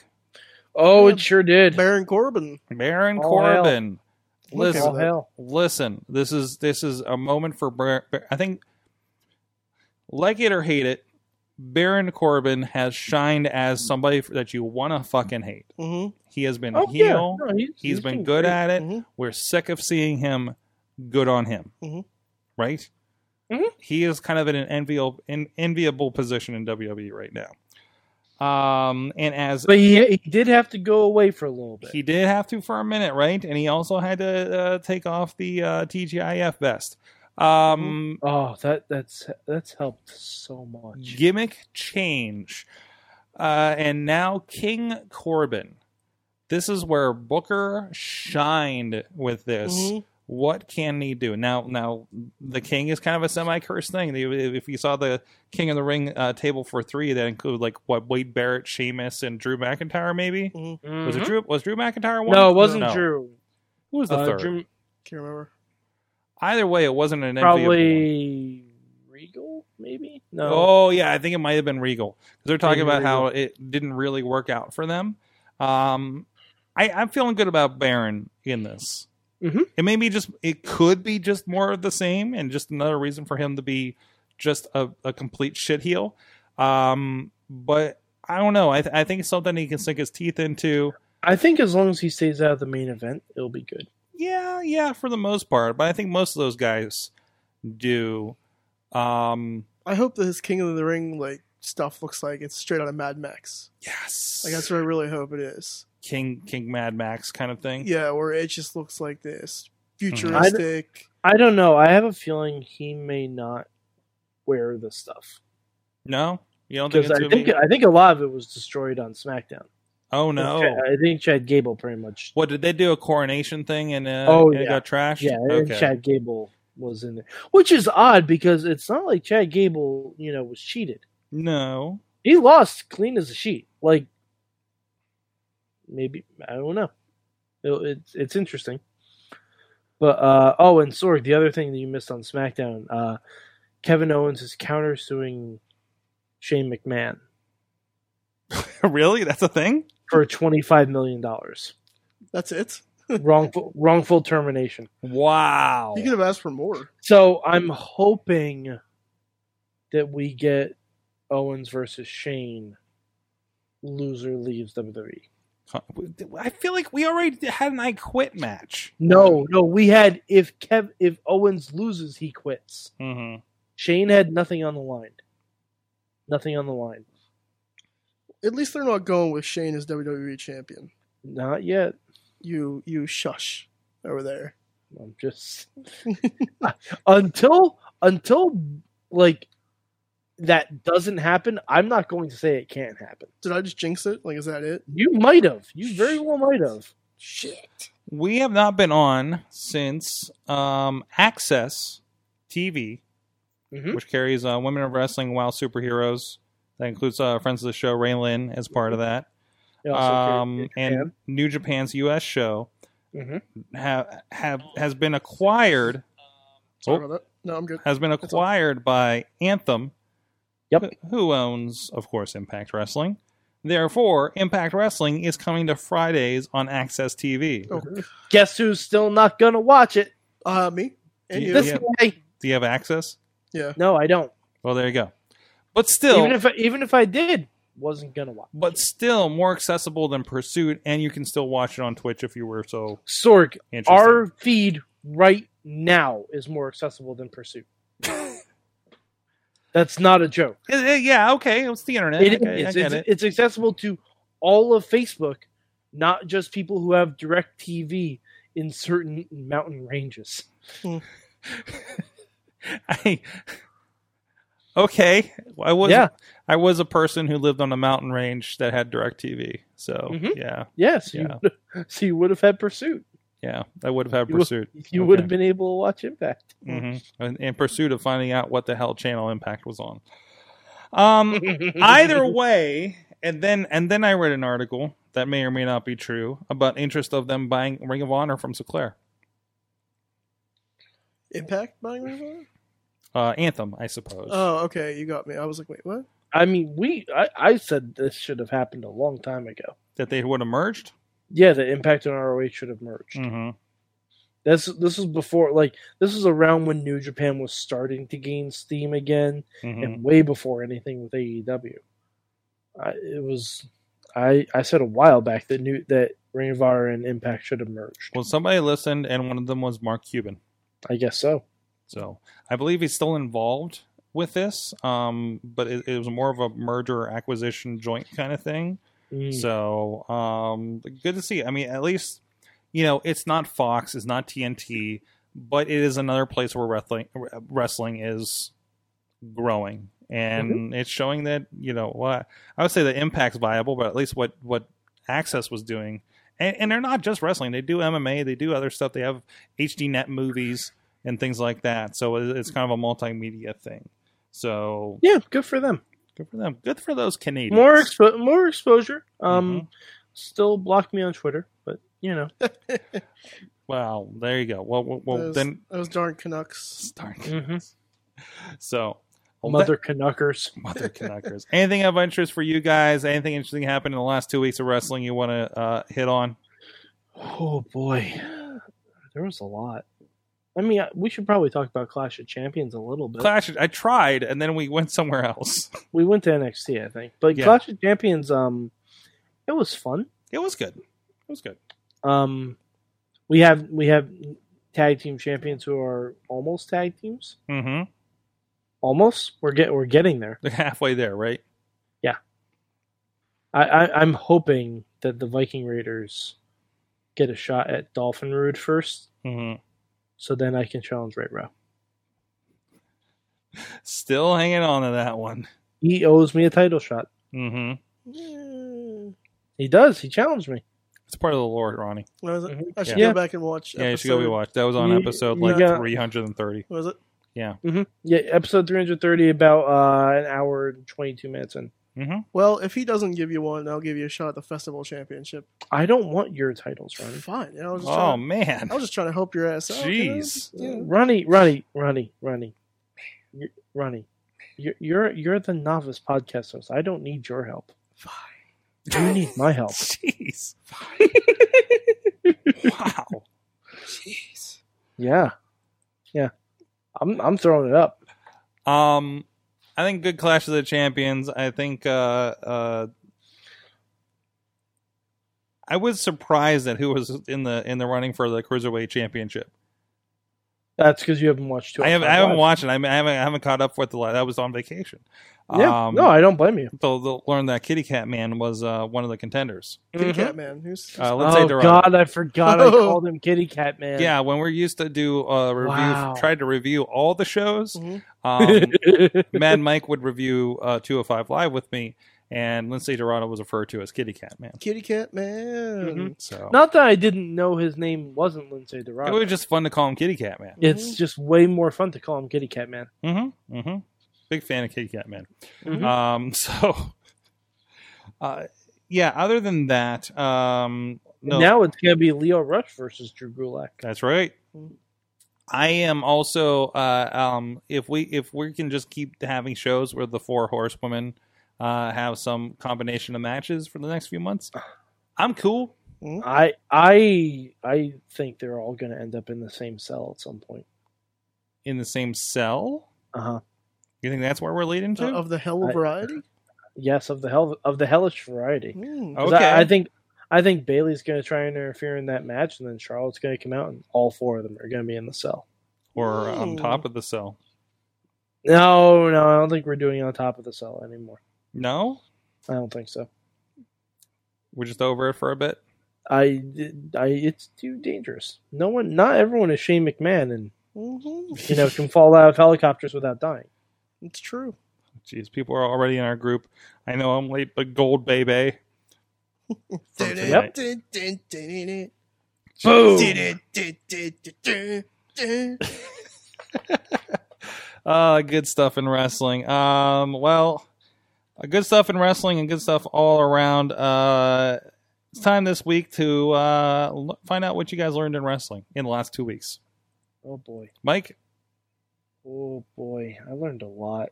Oh,
Yeah.
it sure did.
Baron Corbin.
Baron
All
Oh,
Corbin.
Okay
Listen,
with
All
that.
hell.
listen. This is this is a moment for. Bar- Bar- I think, like it or hate it, Baron Corbin has shined as somebody that you want to fucking hate.
hmm
He has been
Oh,
a heel.
yeah. No, he's,
he's been, good
great.
at it.
Mhm.
We're sick of seeing him. Good on him.
Mm-hmm.
Mhm.
Right?
Mhm.
He is kind of in an enviable, in, enviable position in WWE right E now. Um, and as
But he, he did have to go away for a little bit.
he did have to for a minute, right? And he also had to uh, take off the uh, TGIF vest. Um,
oh, that that's that's helped so much.
gimmick change. Uh, and now King Corbin. This is where Booker shined with this.
Mm-hmm.
Mhm.
What can he do now? Now the King is kind of a semi-cursed thing. They- If you saw the King of the Ring uh, table for three, that included like what Wade Barrett, Sheamus, and Drew McIntyre. Maybe was it
Mhm.
Drew? Was Drew McIntyre one?
No, it wasn't
No.
Drew.
Who was the
Uh,
third?
Drew-
Can't remember.
Either way, it wasn't an enviable one.
probably Regal, maybe. No,
Oh yeah, I think it might have been Regal because they're talking
Maybe
about how it didn't really work out for them. Um, I, I'm feeling good about Baron in this.
Mhm.
It may be just it could be just more of the same and just another reason for him to be just a, a complete shit heel. Um, but I don't know. I, th- I think it's something he can sink his teeth into.
I think as long as he stays out of the main event, it'll be good.
Yeah, yeah, for the most part. But I think most of those guys do. Um,
I hope that his King of the Ring like stuff looks like it's straight out of Mad Max.
yes,
Like that's what I really hope it is.
King King Mad Max kind of thing.
Yeah, where it just looks like this
Mm-hmm.
futuristic.
I don't know. I have a feeling he may not wear the stuff
No, you don't think
because
it's
I
gonna be.
think I think a lot of it was destroyed on SmackDown.
oh no!
I think Chad uh, Gable pretty much.
What did they do a coronation thing and uh,
Oh,
and it
yeah.
got trashed?
Yeah, I think
okay.
Chad Gable was in there, which is odd because it's not like Chad Gable, you know, was cheated.
No,
He lost clean as a sheet. Like maybe I don't know. It- it's it's interesting. But uh, oh, and Sorg, the other thing that you missed on SmackDown, uh, Kevin Owens is counter suing Shane McMahon
really? That's a thing.
for twenty five million dollars
That's it.
wrongful wrongful termination.
Wow.
You could have asked for more.
So I'm hoping that we get Owens versus Shane. Loser leaves E. WWE.
I feel like we already had an I Quit match.
No, no, we had if Kev if Owens loses, he quits.
Mm-hmm.
Shane had nothing on the line. Nothing on the line.
At least they're not going with Shane as WWE champion.
Not yet.
You you shush over there.
I'm just until until like that doesn't happen, I'm not going to say it can't happen.
Did I just jinx it? Like is that it?
You might have. You very well might have.
Shit.
We have not been on since um, Access TV,
Mhm.
which carries uh, Women of Wrestling, WoW Superheroes. That includes uh, friends of the show, Ray Lynn, as part of that.
It also
um,
carries Japan.
and New Japan's U.S. show
Mhm.
have, have has been acquired
Sorry
Oh.
about that. No, I'm good.
has been
That's all.
acquired by Anthem.
Yep.
Who owns, of course, Impact Wrestling. Therefore, Impact Wrestling is coming to Fridays on Access TV.
Oh.
guess who's still not gonna watch it?
Uh me.
Do
And you.
you-
This
yeah.
guy.
Do you have access?
No, I don't.
Well, there you go. But still,
even if I, even if I did, wasn't gonna watch.
but still more accessible than Pursuit, and you can still watch it on Twitch if you were so
Sorg,
interested.
our feed right now is more accessible than Pursuit. That's not a joke.
Eh, eh, yeah, okay, it's the internet.
It
I- I
is.
get
It's,
it.
it's accessible to all of Facebook, not just people who have direct TV in certain mountain ranges.
I okay. I was
Yeah.
I was a person who lived on a mountain range that had direct TV. So
Mhm.
yeah,
Yes, you, so you would have had Pursuit.
yeah, I would have had
You would-
pursuit.
You
Okay.
would have been able to watch Impact.
hmm in, in pursuit of finding out what the hell channel Impact was on. Um, either way, and then and then I read an article that may or may not be true about interest of them buying Ring of Honor from Sinclair.
Impact buying Ring of Honor?
Uh, Anthem, I suppose.
Oh, okay, you got me. I was like, wait, what?
I mean, we I, I said this should have happened a long time ago.
that they would have merged.
Yeah, the Impact and ROH should have merged.
Mm-hmm.
This this was before like this was around when New Japan was starting to gain steam again,
hmm
and way before anything with AEW. I, it was I I said a while back that new that Ring of Honor and Impact should have merged.
Well, somebody listened, and one of them was Mark Cuban.
I guess so.
So I believe he's still involved with this, um, but it, it was more of a merger acquisition joint kind of thing.
Hmm. Mm.
So um, good to see. I mean, at least you know it's not Fox, it's not TNT, but it is another place where wrestling wrestling is growing, and
Mm-hmm.
it's showing that you know what I would say the impact's viable, but at least what what Access was doing, and, and they're not just wrestling; they do MMA, they do other stuff. They have HDNet movies and things like that. So it- it's kind of a multimedia thing. So
Yeah, good for them.
good for them. Good for those Canadians. Mm-hmm.
More expo- more exposure. Um, still block me on Twitter, but you know.
Well, there you go. Well, well, well
those, Mm-hmm.
then
those darn Canucks.
Stark.
Mhm.
So, well,
Mother Canuckers.
that- mother Canuckers. Anything of interest for you guys? Anything interesting happened in the last two weeks of wrestling you want to uh, hit on?
Oh boy, there was a lot. I mean, I- we should probably talk about Clash of Champions a little bit.
Clash. I tried, and then we went somewhere else.
we went to NXT, I think, but
Yeah.
Clash of Champions, um, it was fun.
It was good. It was good.
Um, we have we have tag team champions who are almost tag teams.
Mm-hmm.
Almost, we're get we're getting there.
They're halfway there, right?
I, I I'm hoping that the Viking Raiders get a shot at Dolphin Rude first,
Mm-hmm.
so then I can challenge Ray Row.
Still hanging on to that one.
He owes me a title shot.
Mm-hmm.
Mm.
He does. He challenged me.
It's part of the lore, Ronnie.
What was it?
Mhm.
I should
Yeah.
go back and watch.
Mm-hmm. Yeah, you should go
episode-
rewatch. That was on
You-
episode
you
like
got-
330.
What was it?
hmm Yeah, episode 330, about uh, an hour and 22 minutes in.
Mm-hmm.
Well, if he doesn't give you one, I'll give you a shot at the festival championship.
I don't want your titles, Ronnie.
Fine. You know, I was just
Oh
trying to,
man.
I was just trying to help your ass out. you know?
Jeez.
Yeah.
Ronnie, Ronnie, Ronnie, Ronnie, You're- Ronnie. You're, you're you're the novice podcast host. I don't need your help.
Fine.
You need my help.
Jeez. wow.
Jeez.
Yeah, yeah. I'm I'm throwing it up.
Um, I think good Clash of the Champions. I think uh, uh, I was surprised at who was in the in the running for the cruiserweight championship.
That's because you haven't watched.
I have I
205
haven't
Live.
watched it. I, mean, I haven't I haven't caught up with the lot. I was on vacation. Um,
Yeah. no, I don't blame you.
they'll, they'll learn that Kitty Cat Man was uh, one of the contenders.
Kitty
Mhm.
Cat Man. Who's
Mm-hmm. Uh, let's say
Oh God, I forgot. I
Oh.
called him Kitty Cat Man.
Yeah, when we're used to do uh, review,
Wow. Mm-hmm.
tried to review all the shows.
Mhm.
Um, Mad Mike would review uh, 205 Live with me, and Lindsay Dorado was referred to as Kitty Cat Man.
Kitty Cat Man.
Mhm.
So
Not that I didn't know his name wasn't Lindsay
it
Dorado.
was just Mm-hmm. fun to call him Kitty Cat Man.
It's just way more fun to call him Kitty Cat Man.
Mm-hmm. Mm-hmm. Big fan of Kitty Cat Man.
Mhm.
Um, so, uh, yeah. Other than that, um, no,
Now it's gonna be Leo Rush versus Drew Gulak.
that's right. I am also uh, um, if we if we can just keep having shows where the four horsewomen uh, have some combination of matches for the next few months. I'm cool.
I I I think they're all gonna end up in the same cell at some point.
in the same cell?
Uh huh.
You think that's where we're leading to?
Uh, of the hell
I-
variety.
Yes, of the hell of the hellish variety.
Mm.
'Cause
okay.
I, I think I think Bailey's gonna try and interfere in that match, and then Charlotte's gonna come out, and all four of them are gonna be in the cell.
or on
Ooh.
top of the cell?
No, no, I don't think we're doing on top of the cell anymore.
No,
I don't think so.
we're just over it for a bit.
I, I it's too dangerous. No one, not everyone is Shane McMahon, and
Oh.
Mhm.
you know can fall out of helicopters without dying.
It's true.
Jeez, people are already in our group. I know I'm late, but Gold Baby. From tonight.
Dun, dun, dun, dun,
Boom.
dun, dun, dun, dun, dun, dun.
Uh, good stuff in wrestling. Um, well, uh, good stuff in wrestling and good stuff all around. Uh, it's time this week to uh, l- find out what you guys learned in wrestling in the last two weeks.
Oh boy.
Mike,
Oh boy, I learned a lot.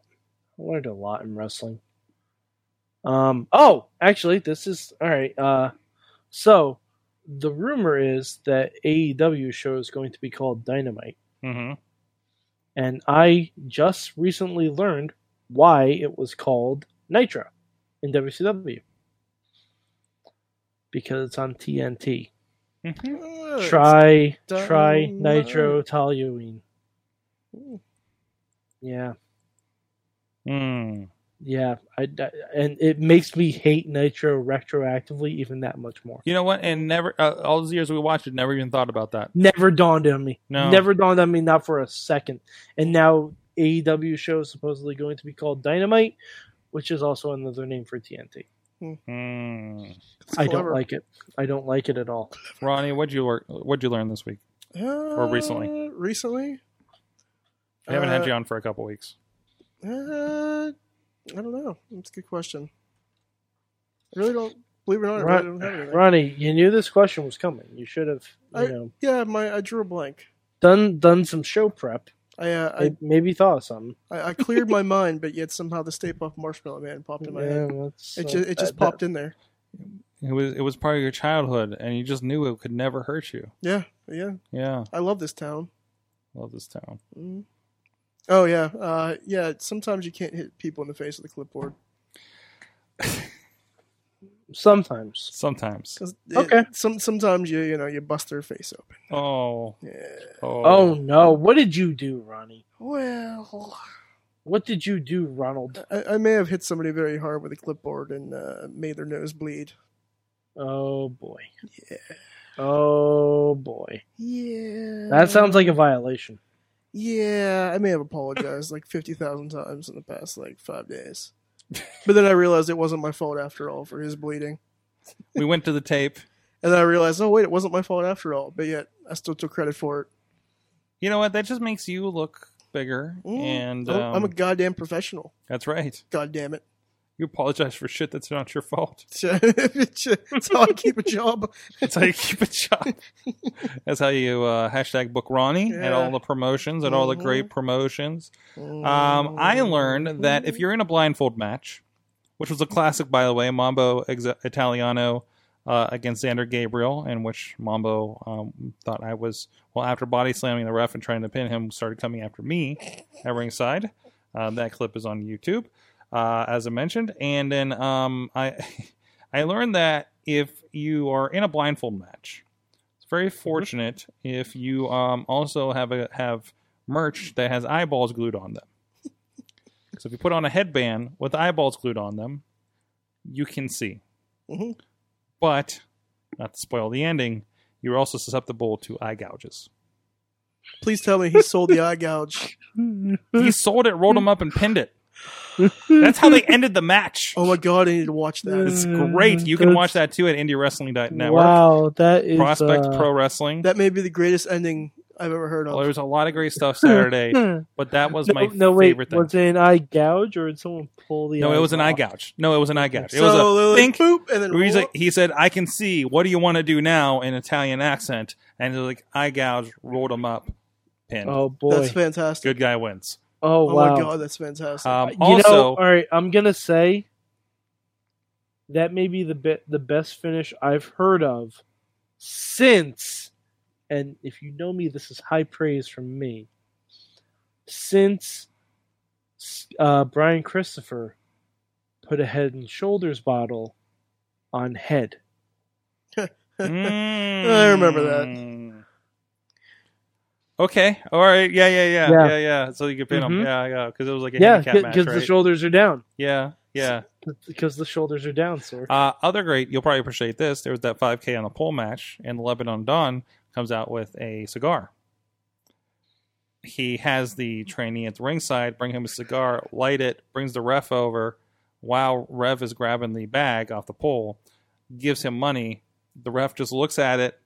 I learned a lot in wrestling. Um. Oh, actually, this is all right. Uh, so the rumor is that AEW show is going to be called Dynamite,
mm-hmm.
and I just recently learned why it was called Nitro in WCW because it's on TNT. Try, try
Dynamite.
Nitro Toluene.
Ooh.
Yeah.
Hmm.
Yeah, I, I- and it makes me hate Nitro retroactively even that much more.
You know what? And never uh, all those years we watched it, never even thought about that.
Never dawned on me.
No.
Never dawned on me, not for a second. And now AEW show is supposedly going to be called Dynamite, which is also another name for TNT.
Hmm.
I don't
clever.
like it. I don't like it at all.
Ronnie, what'd you learn? What'd you learn this week?
Or
recently?
Uh, Recently?
I haven't
Uh,
had you on for a couple weeks.
Uh, I don't know. That's a good question. I really don't believe it or not. I
Ron-
really don't have anything.
Ronnie, you knew this question was coming. You should have, you
I-
know,
Yeah, my I drew a blank.
done done some show prep.
I, uh,
I, maybe thought of something.
I, I I cleared my mind, but yet somehow the Stay Puft Marshmallow Man popped in my
Yeah,
head.
that's,
It
uh,
just it just
that-
popped in there.
It was it was part of your childhood, and you just knew it could never hurt you.
Yeah, yeah.
Yeah,
I love this town.
love this town.
Mm. Oh yeah, uh, yeah. Sometimes you can't hit people in the face with a clipboard.
that- Sometimes.
Sometimes.
'Cause it-
Okay.
Some sometimes you you know you bust their face open.
Oh,
Yeah.
oh,
Oh no! What did you do, Ronnie?
Well,
What did you do, Ronald?
I, I may have hit somebody very hard with a clipboard and uh, made their nose bleed.
Oh boy.
Yeah.
Oh boy.
Yeah.
That sounds like a violation.
Yeah, I may have apologized like 50,000 times in the past like five days. But then I realized it wasn't my fault after all for his bleeding.
We went to the tape.
And then I realized, oh, wait, it wasn't my fault after all. But yet I still took credit for it.
You know what? That just makes you look bigger.
Mm.
And
Oh,
um,
I'm a goddamn professional.
that's right.
God damn it.
You apologize for shit that's not your fault.
That's how I keep a job.
That's how you keep a job. That's how you uh, hashtag book Ronnie at
Yeah.
all the promotions, at all the
Mhm.
great promotions. Um, I
Mm.
learned that if you're in a blindfold match, which was a classic, by the way, Mambo ex- Italiano uh, against Xander Gabriel, in which Mambo um, thought I was, well, after body slamming the ref and trying to pin him, started coming after me at ringside. Um, that clip is on YouTube, uh, as I mentioned. And then um, I, I learned that if you are in a blindfold match, it's very fortunate if you um, also have a have merch that has eyeballs glued on them. so if you put on a headband with eyeballs glued on them, you can see.
Mm-hmm.
Mhm.
But not to spoil the ending, you're also susceptible to eye gouges.
Please tell me he sold the eye gouge.
He sold it, rolled him up, and pinned it. That's how they ended the match.
Oh my god, I need to watch that.
Mm.
It's great. You can
That's-
watch that too at Indie Wrestling Network.
Wow, that is
Prospect
uh,
Pro Wrestling.
That may be the greatest ending I've ever heard
Well, there
of.
was a lot of great stuff Saturday, but that was
no,
my
no, wait.
favorite thing.
Was it uh, an eye gouge or did someone pull the?
no, it was an eye
off?
gouge. No, it was an eye gouge. It
so
was a
they're
think.
like, boop, and then
He's
roll
like, he said, "I can see. What do you want to do now?" In Italian accent, and they're like eye gouge, rolled him up, pin.
Oh
up.
boy.
That's fantastic.
Good guy wins.
oh
Oh
wow.
my god, that's fantastic.
Um,
you
also,
know, all right. I'm gonna say that may be the be- the best finish I've heard of since. And if you know me, this is high praise from me. Since uh, Brian Christopher put a head and shoulders bottle on head.
Mm.
I remember that.
Okay. All right. Yeah. Yeah. Yeah. Yeah.
Yeah.
Yeah. So you could pin him.
Mhm.
Yeah. Yeah. Because it was like a
Yeah,
handicap match,
because
right?
the shoulders are down.
yeah. Yeah.
Because the shoulders are down, sir.
Uh, other great. You'll probably appreciate this. There was that 5K on the pole match, and Lebanon Don comes out with a cigar. He has the trainee at the ringside bring him a cigar, light it, brings the ref over. While Rev is grabbing the bag off the pole, gives him money. The ref just looks at it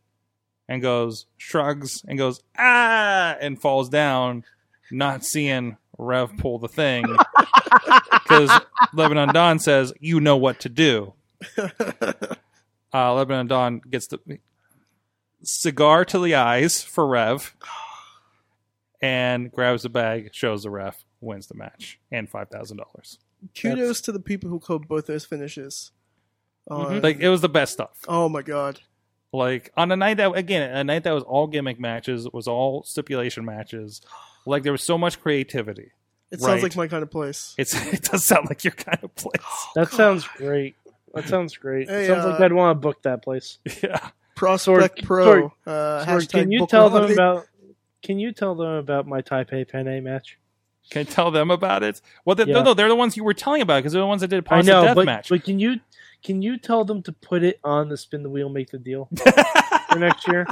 and goes, shrugs and goes, ah, and falls down, not seeing Rev pull the thing. Because Lebanon Don says, You know what to do. Uh, Lebanon Don gets the cigar to the eyes for Rev and grabs the bag, shows the ref, wins the match, and $5,000.
Kudos to the people who called both those finishes. Uh,
Mm-hmm. Like, it was the best stuff.
oh my god.
Like on a night that again, a night that was all gimmick matches, was all stipulation matches. Like there was so much creativity.
It
Right.
sounds like my kind of place.
It's it does sound like your kind of place.
that sounds great. That sounds great.
Hey,
it sounds
uh,
like I'd want to book that place.
Yeah.
Prospect
Sorg-
Pro.
Sorg-
uh,
Sorg,
hashtag
can you
book
tell them
Ronnie.
about? Can you tell them about my Taipei Penne match?
Can I tell them about it? Well, the, no,
Yeah.
no, they're the ones you were telling about because they're the ones that did
I
Pasta
know, but,
Deathmatch.
but can you can you tell them to put it on the spin the wheel, make the deal for next year?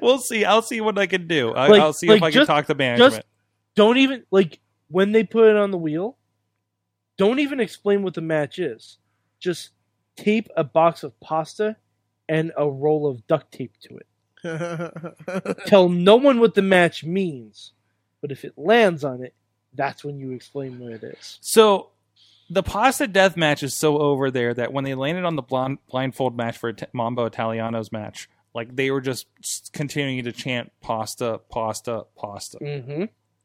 we'll see. I'll see what I can do. I,
Like-
I'll see if
like
I
just-
can talk to management.
Don't even like when they put it on the wheel. Don't even explain what the match is. Just tape a box of pasta and a roll of duct tape to it. Tell no one what the match means, but if it lands on it, that's when you explain what it is.
So the pasta death match is so over there that when they landed on the blonde, blindfold match for It- Mambo Italiano's match, like they were just s- continuing to chant pasta, pasta, pasta.
Mm-hmm.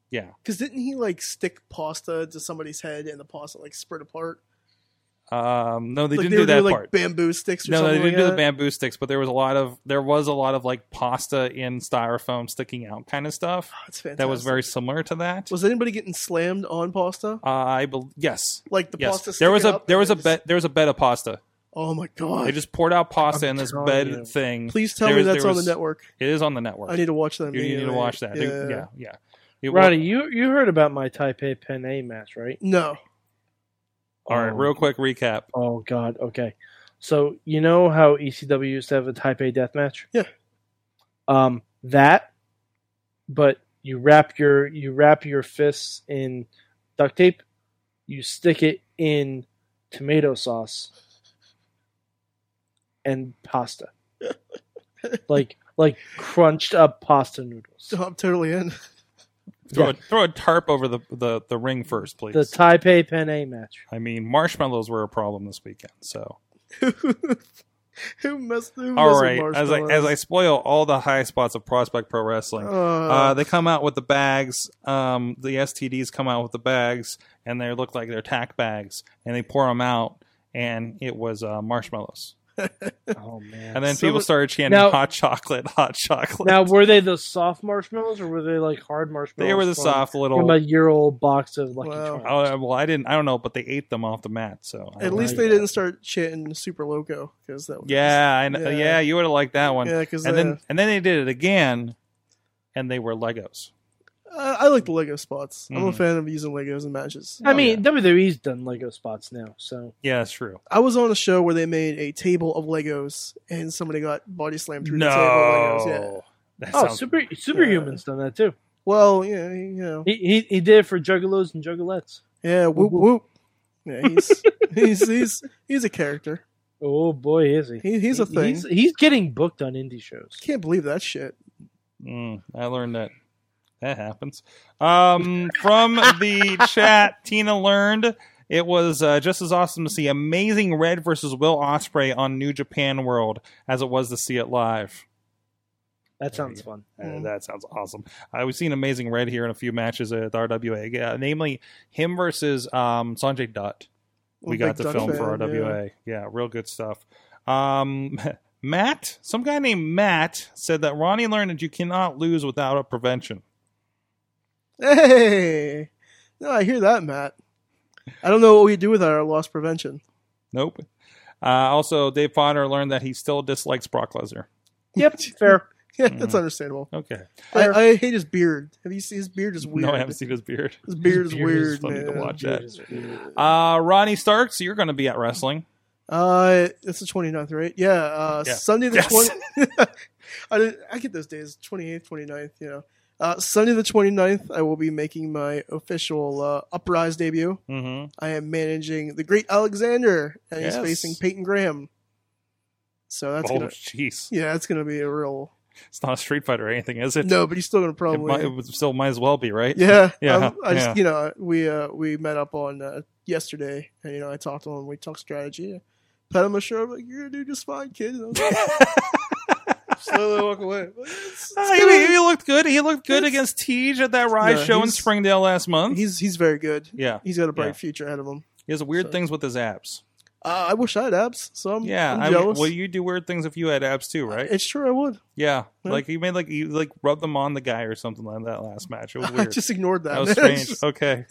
Because didn't he like stick pasta to somebody's head and the pasta like split apart?
Um, no, they
like,
didn't do
were
that
doing,
part.
Like bamboo sticks or
no, they
something
didn't
like
do the
that.
bamboo sticks, but there was a lot of there was a lot of like pasta in styrofoam sticking out kind of stuff
Oh, that's fantastic.
that was very similar to that. Uh,
Was anybody getting slammed on pasta?
I bel yes,
Like the
yes.
pasta.
There was
sticking
a
up
there
and
was a
just-
bed there was a bed of pasta.
Oh my
They
god!
just poured out pasta
I'm
in this
telling
bed
you.
thing.
Please tell
there
me
was-
that's
there
on
was-
the network.
It is on the network.
I need to watch that.
You need to
immediately.
watch that. Dude, Yeah, yeah. You-
Roddy, you you heard about my Taipei Pen A match, right?
No.
all right, real quick recap.
Oh God, okay. So you know how ECW used to have a Taipei death match?
Yeah.
Um, that, but you wrap your you wrap your fists in duct tape, you stick it in tomato sauce and pasta, like like crunched up pasta noodles.
I'm totally in.
Throw,
Yeah.
a, throw a tarp over the, the, the ring first, please.
The Taipei Pen A match.
I mean, marshmallows were a problem this weekend. So,
who messed? Who messed
all
with
right, as I as I
marshmallows?
spoil all the high spots of Prospect Pro Wrestling,
Uh,
uh, they come out with the bags. Um, the STDs come out with the bags, and they look like they're tack bags, and they pour them out, and it was uh, marshmallows.
Oh man.
And then
So
people
it-
started chanting
Now-
"hot chocolate, hot chocolate."
Now, were Oh, they the soft marshmallows or were they like hard marshmallows?
they were the
from-
soft little.
From a year old box of Lucky
Wow.
Charms.
Oh well, I didn't. I don't know, but they ate them off the mat. So I
at
don't
least
know.
they didn't start chanting "Super Loco" because that. Was,
Yeah, I know. Yeah,
Yeah.
you would have liked that one.
Yeah, because
and then and then they did it again, and they were Legos.
I, I like the Lego spots. I'm a
Mhm.
fan of using Legos in matches.
oh,
I mean, WWE's done Lego spots now, so
Yeah, that's true.
I was on a show where they made a table of Legos, and somebody got body slammed through the table
No,
of Legos. Yeah.
that
oh,
sounds
super superhumans done that too.
Well, yeah, you know,
He, he he did it for Juggalos and Juggalettes.
yeah, whoop whoop. Yeah, he's he's he's he's a character.
Oh boy, is he?
He, he's a thing.
He's, he's getting booked on indie shows.
Can't believe that shit.
Mm, I learned that. That happens. Um, from the chat, Tina learned it was uh, just as awesome to see amazing Red versus Will Osprey on New Japan World as it was to see it live.
That sounds fun.
Uh,
Mm.
That sounds awesome. Uh, we've seen Amazing Red here in a few matches at the RWA, yeah, namely him versus um, Sanjay Dutt. We
I'm a
got
big
the
Duck
film
fan,
for RWA. Yeah. real good stuff. Um, Matt, some guy named Matt said that Ronnie learned that you cannot lose without a prevention.
yeah. Hey, no, I hear that, Matt. I don't know what we do without our loss prevention.
Nope. Uh, also, Dave Potter learned that he still dislikes Brock Lesnar.
Yep, fair.
Yeah, that's
Hmm.
understandable.
Okay,
I,
Fair.
I hate his beard. Have you seen his beard? Is weird.
no, I haven't seen his beard.
His beard is
His beard
weird.
is funny to
man.
watch that. Uh, Ronnie Starks, you're going to be at wrestling.
Uh, it's the 29th, right? Yeah, uh,
Yeah.
Sunday the
Yes.
20th. I, did- I get those days, 28th, 29th, you know. Uh, Sunday the 29th, I will be making my official uh, Uprise debut.
Mm-hmm.
I am managing the great Alexander, and
Yes.
he's facing Peyton Graham. So that's
oh,
gonna,
jeez,
yeah, that's gonna be a real
it's not a Street Fighter or anything, is it?
no, but he's still gonna
it,
probably
might, it would still might as well be, right?
Yeah,
Yeah,
um, I
yeah.
just you know we uh, we met up on uh, yesterday, and you know I talked to him. We talked strategy. Pat him on the shoulder, I'm like you're gonna do just fine, kid. And I was like, slowly walk away. I'm like, "It's-
Ah,
it's
he-
gonna
he, looked good. He looked good
It's-
against Tej at that Rise
No,
show in
he's-
Springdale last
be-"
month.
He's he's very good.
yeah,
He's got a bright
Um, Yeah.
future ahead of him.
he has weird
So-
things with his abs.
Uh, I wish I had abs, so I'm
Yeah,
I'm
I,
jealous.
well, you do weird things if you had abs too, right?
It's true, I would.
yeah,
Yeah.
Like he made like he like rubbed them on the guy or something like that last match. It was
I
weird.
just ignored that.
that was strange. Okay,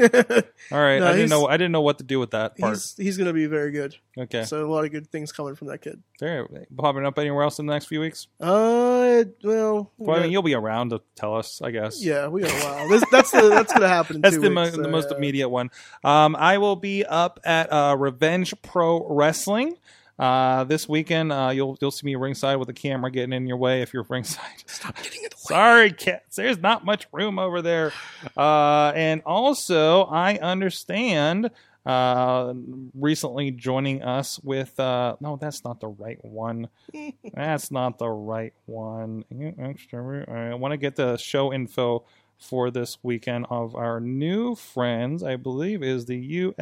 all right.
No,
I didn't
he's-
know. I didn't know what to do with that part.
he's he's gonna be very good.
Okay,
So a lot of good things coming from that kid.
there. Popping up anywhere else in the next few weeks?
Uh, well, we
Well, I
got-
mean, you'll be around to tell us, I guess.
yeah, we got a while. This, that's the, that's gonna happen. In
That's
two
the,
weeks,
mo-
uh,
the
so,
most
yeah.
immediate one. Um, I will be up at uh, Revenge Pro Wrestling uh, this weekend. Uh, you'll you'll see me ringside with a camera getting in your way if you're ringside. Stop getting in the way. Sorry, cats. There's not much room over there. Uh, and also, I understand uh recently joining us with uh no that's not the right one that's not the right one i want to get the show info for this weekend of our new friends, I believe, is the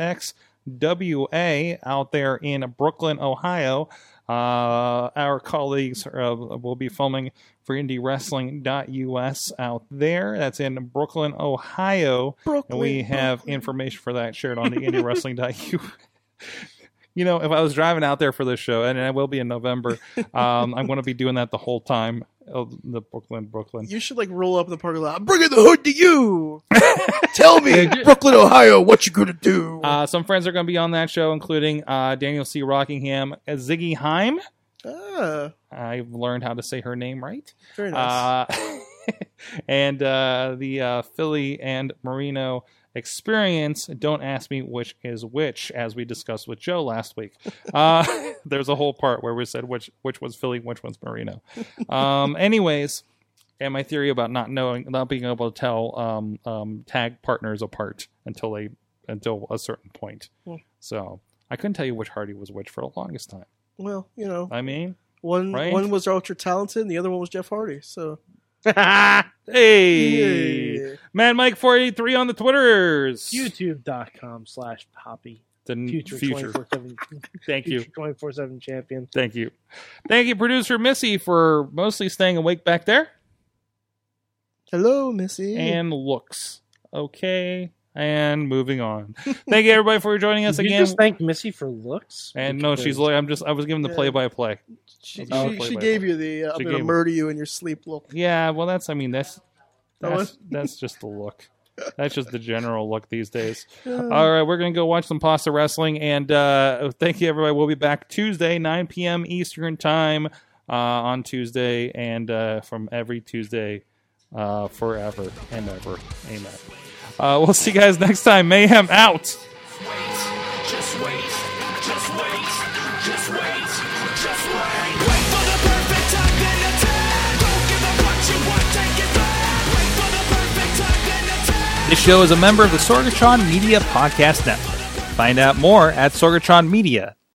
UXWA out there in Brooklyn, Ohio. Uh, our colleagues uh, will be filming for IndieWrestling.us out there. That's in Brooklyn, Ohio.
Brooklyn,
And we have information for that shared on the IndieWrestling.us. You know, if I was driving out there for this show, and I will be in November, um, I'm going to be doing that the whole time. uh, The Brooklyn, Brooklyn.
You should like roll up in the parking lot. I'm bringing the hood to you. Tell me, Brooklyn, Ohio, what you gonna do?
Uh, some friends are going to be on that show, including uh, Daniel C. Rockingham, uh, Ziggy Heim.
ah,
I've learned how to say her name right.
very nice.
Uh, and uh, the uh, Philly and Marino experience. Don't ask me which is which, as we discussed with Joe last week. Uh, there's a whole part where we said which which was Philly, which one's Marino. Um, anyways, and my theory about not knowing, not being able to tell um, um, tag partners apart until they until a certain point.
Hmm.
So. I couldn't tell you which Hardy was which for the longest time.
well, you know,
I mean,
one
right?
one was ultra talented, and the other one was Jeff Hardy. So
hey,
Yeah.
Man Mike 483 on the Twitters.
YouTube.com slash Poppy.
The n-
Future
Mm, future.
24 7
Thank you.
24 7 champion.
Thank you. Thank you, producer Missy, for mostly staying awake back there.
hello, Missy.
And looks. Okay. And moving on. Thank you everybody for joining us
Did you
again.
just thank Missy for looks?
and no, she's like I'm just I was giving the
Yeah.
play by play.
she,
I'll
she,
play
she
by
gave
play.
you the uh, I'm
She
gonna
gave-
murder you in your sleep look.
Yeah, well that's I mean that's
That
that's,
was-
that's just the look. That's just the general look these days. All right, we're gonna go watch some pasta wrestling, and uh, thank you everybody. We'll be back Tuesday, 9 p.m. Eastern time uh, on Tuesday, and uh, from every Tuesday uh, forever and ever. Amen. Uh, we'll see you guys next time. Mayhem out.
Just wait, just wait, just wait, just wait. Wait for the perfect time, then attack. Don't give up what you want, take it back. Wait for the perfect time, then attack.
This show is a member of the Sorgatron Media Podcast Network. Find out more at sorgatronmedia.com.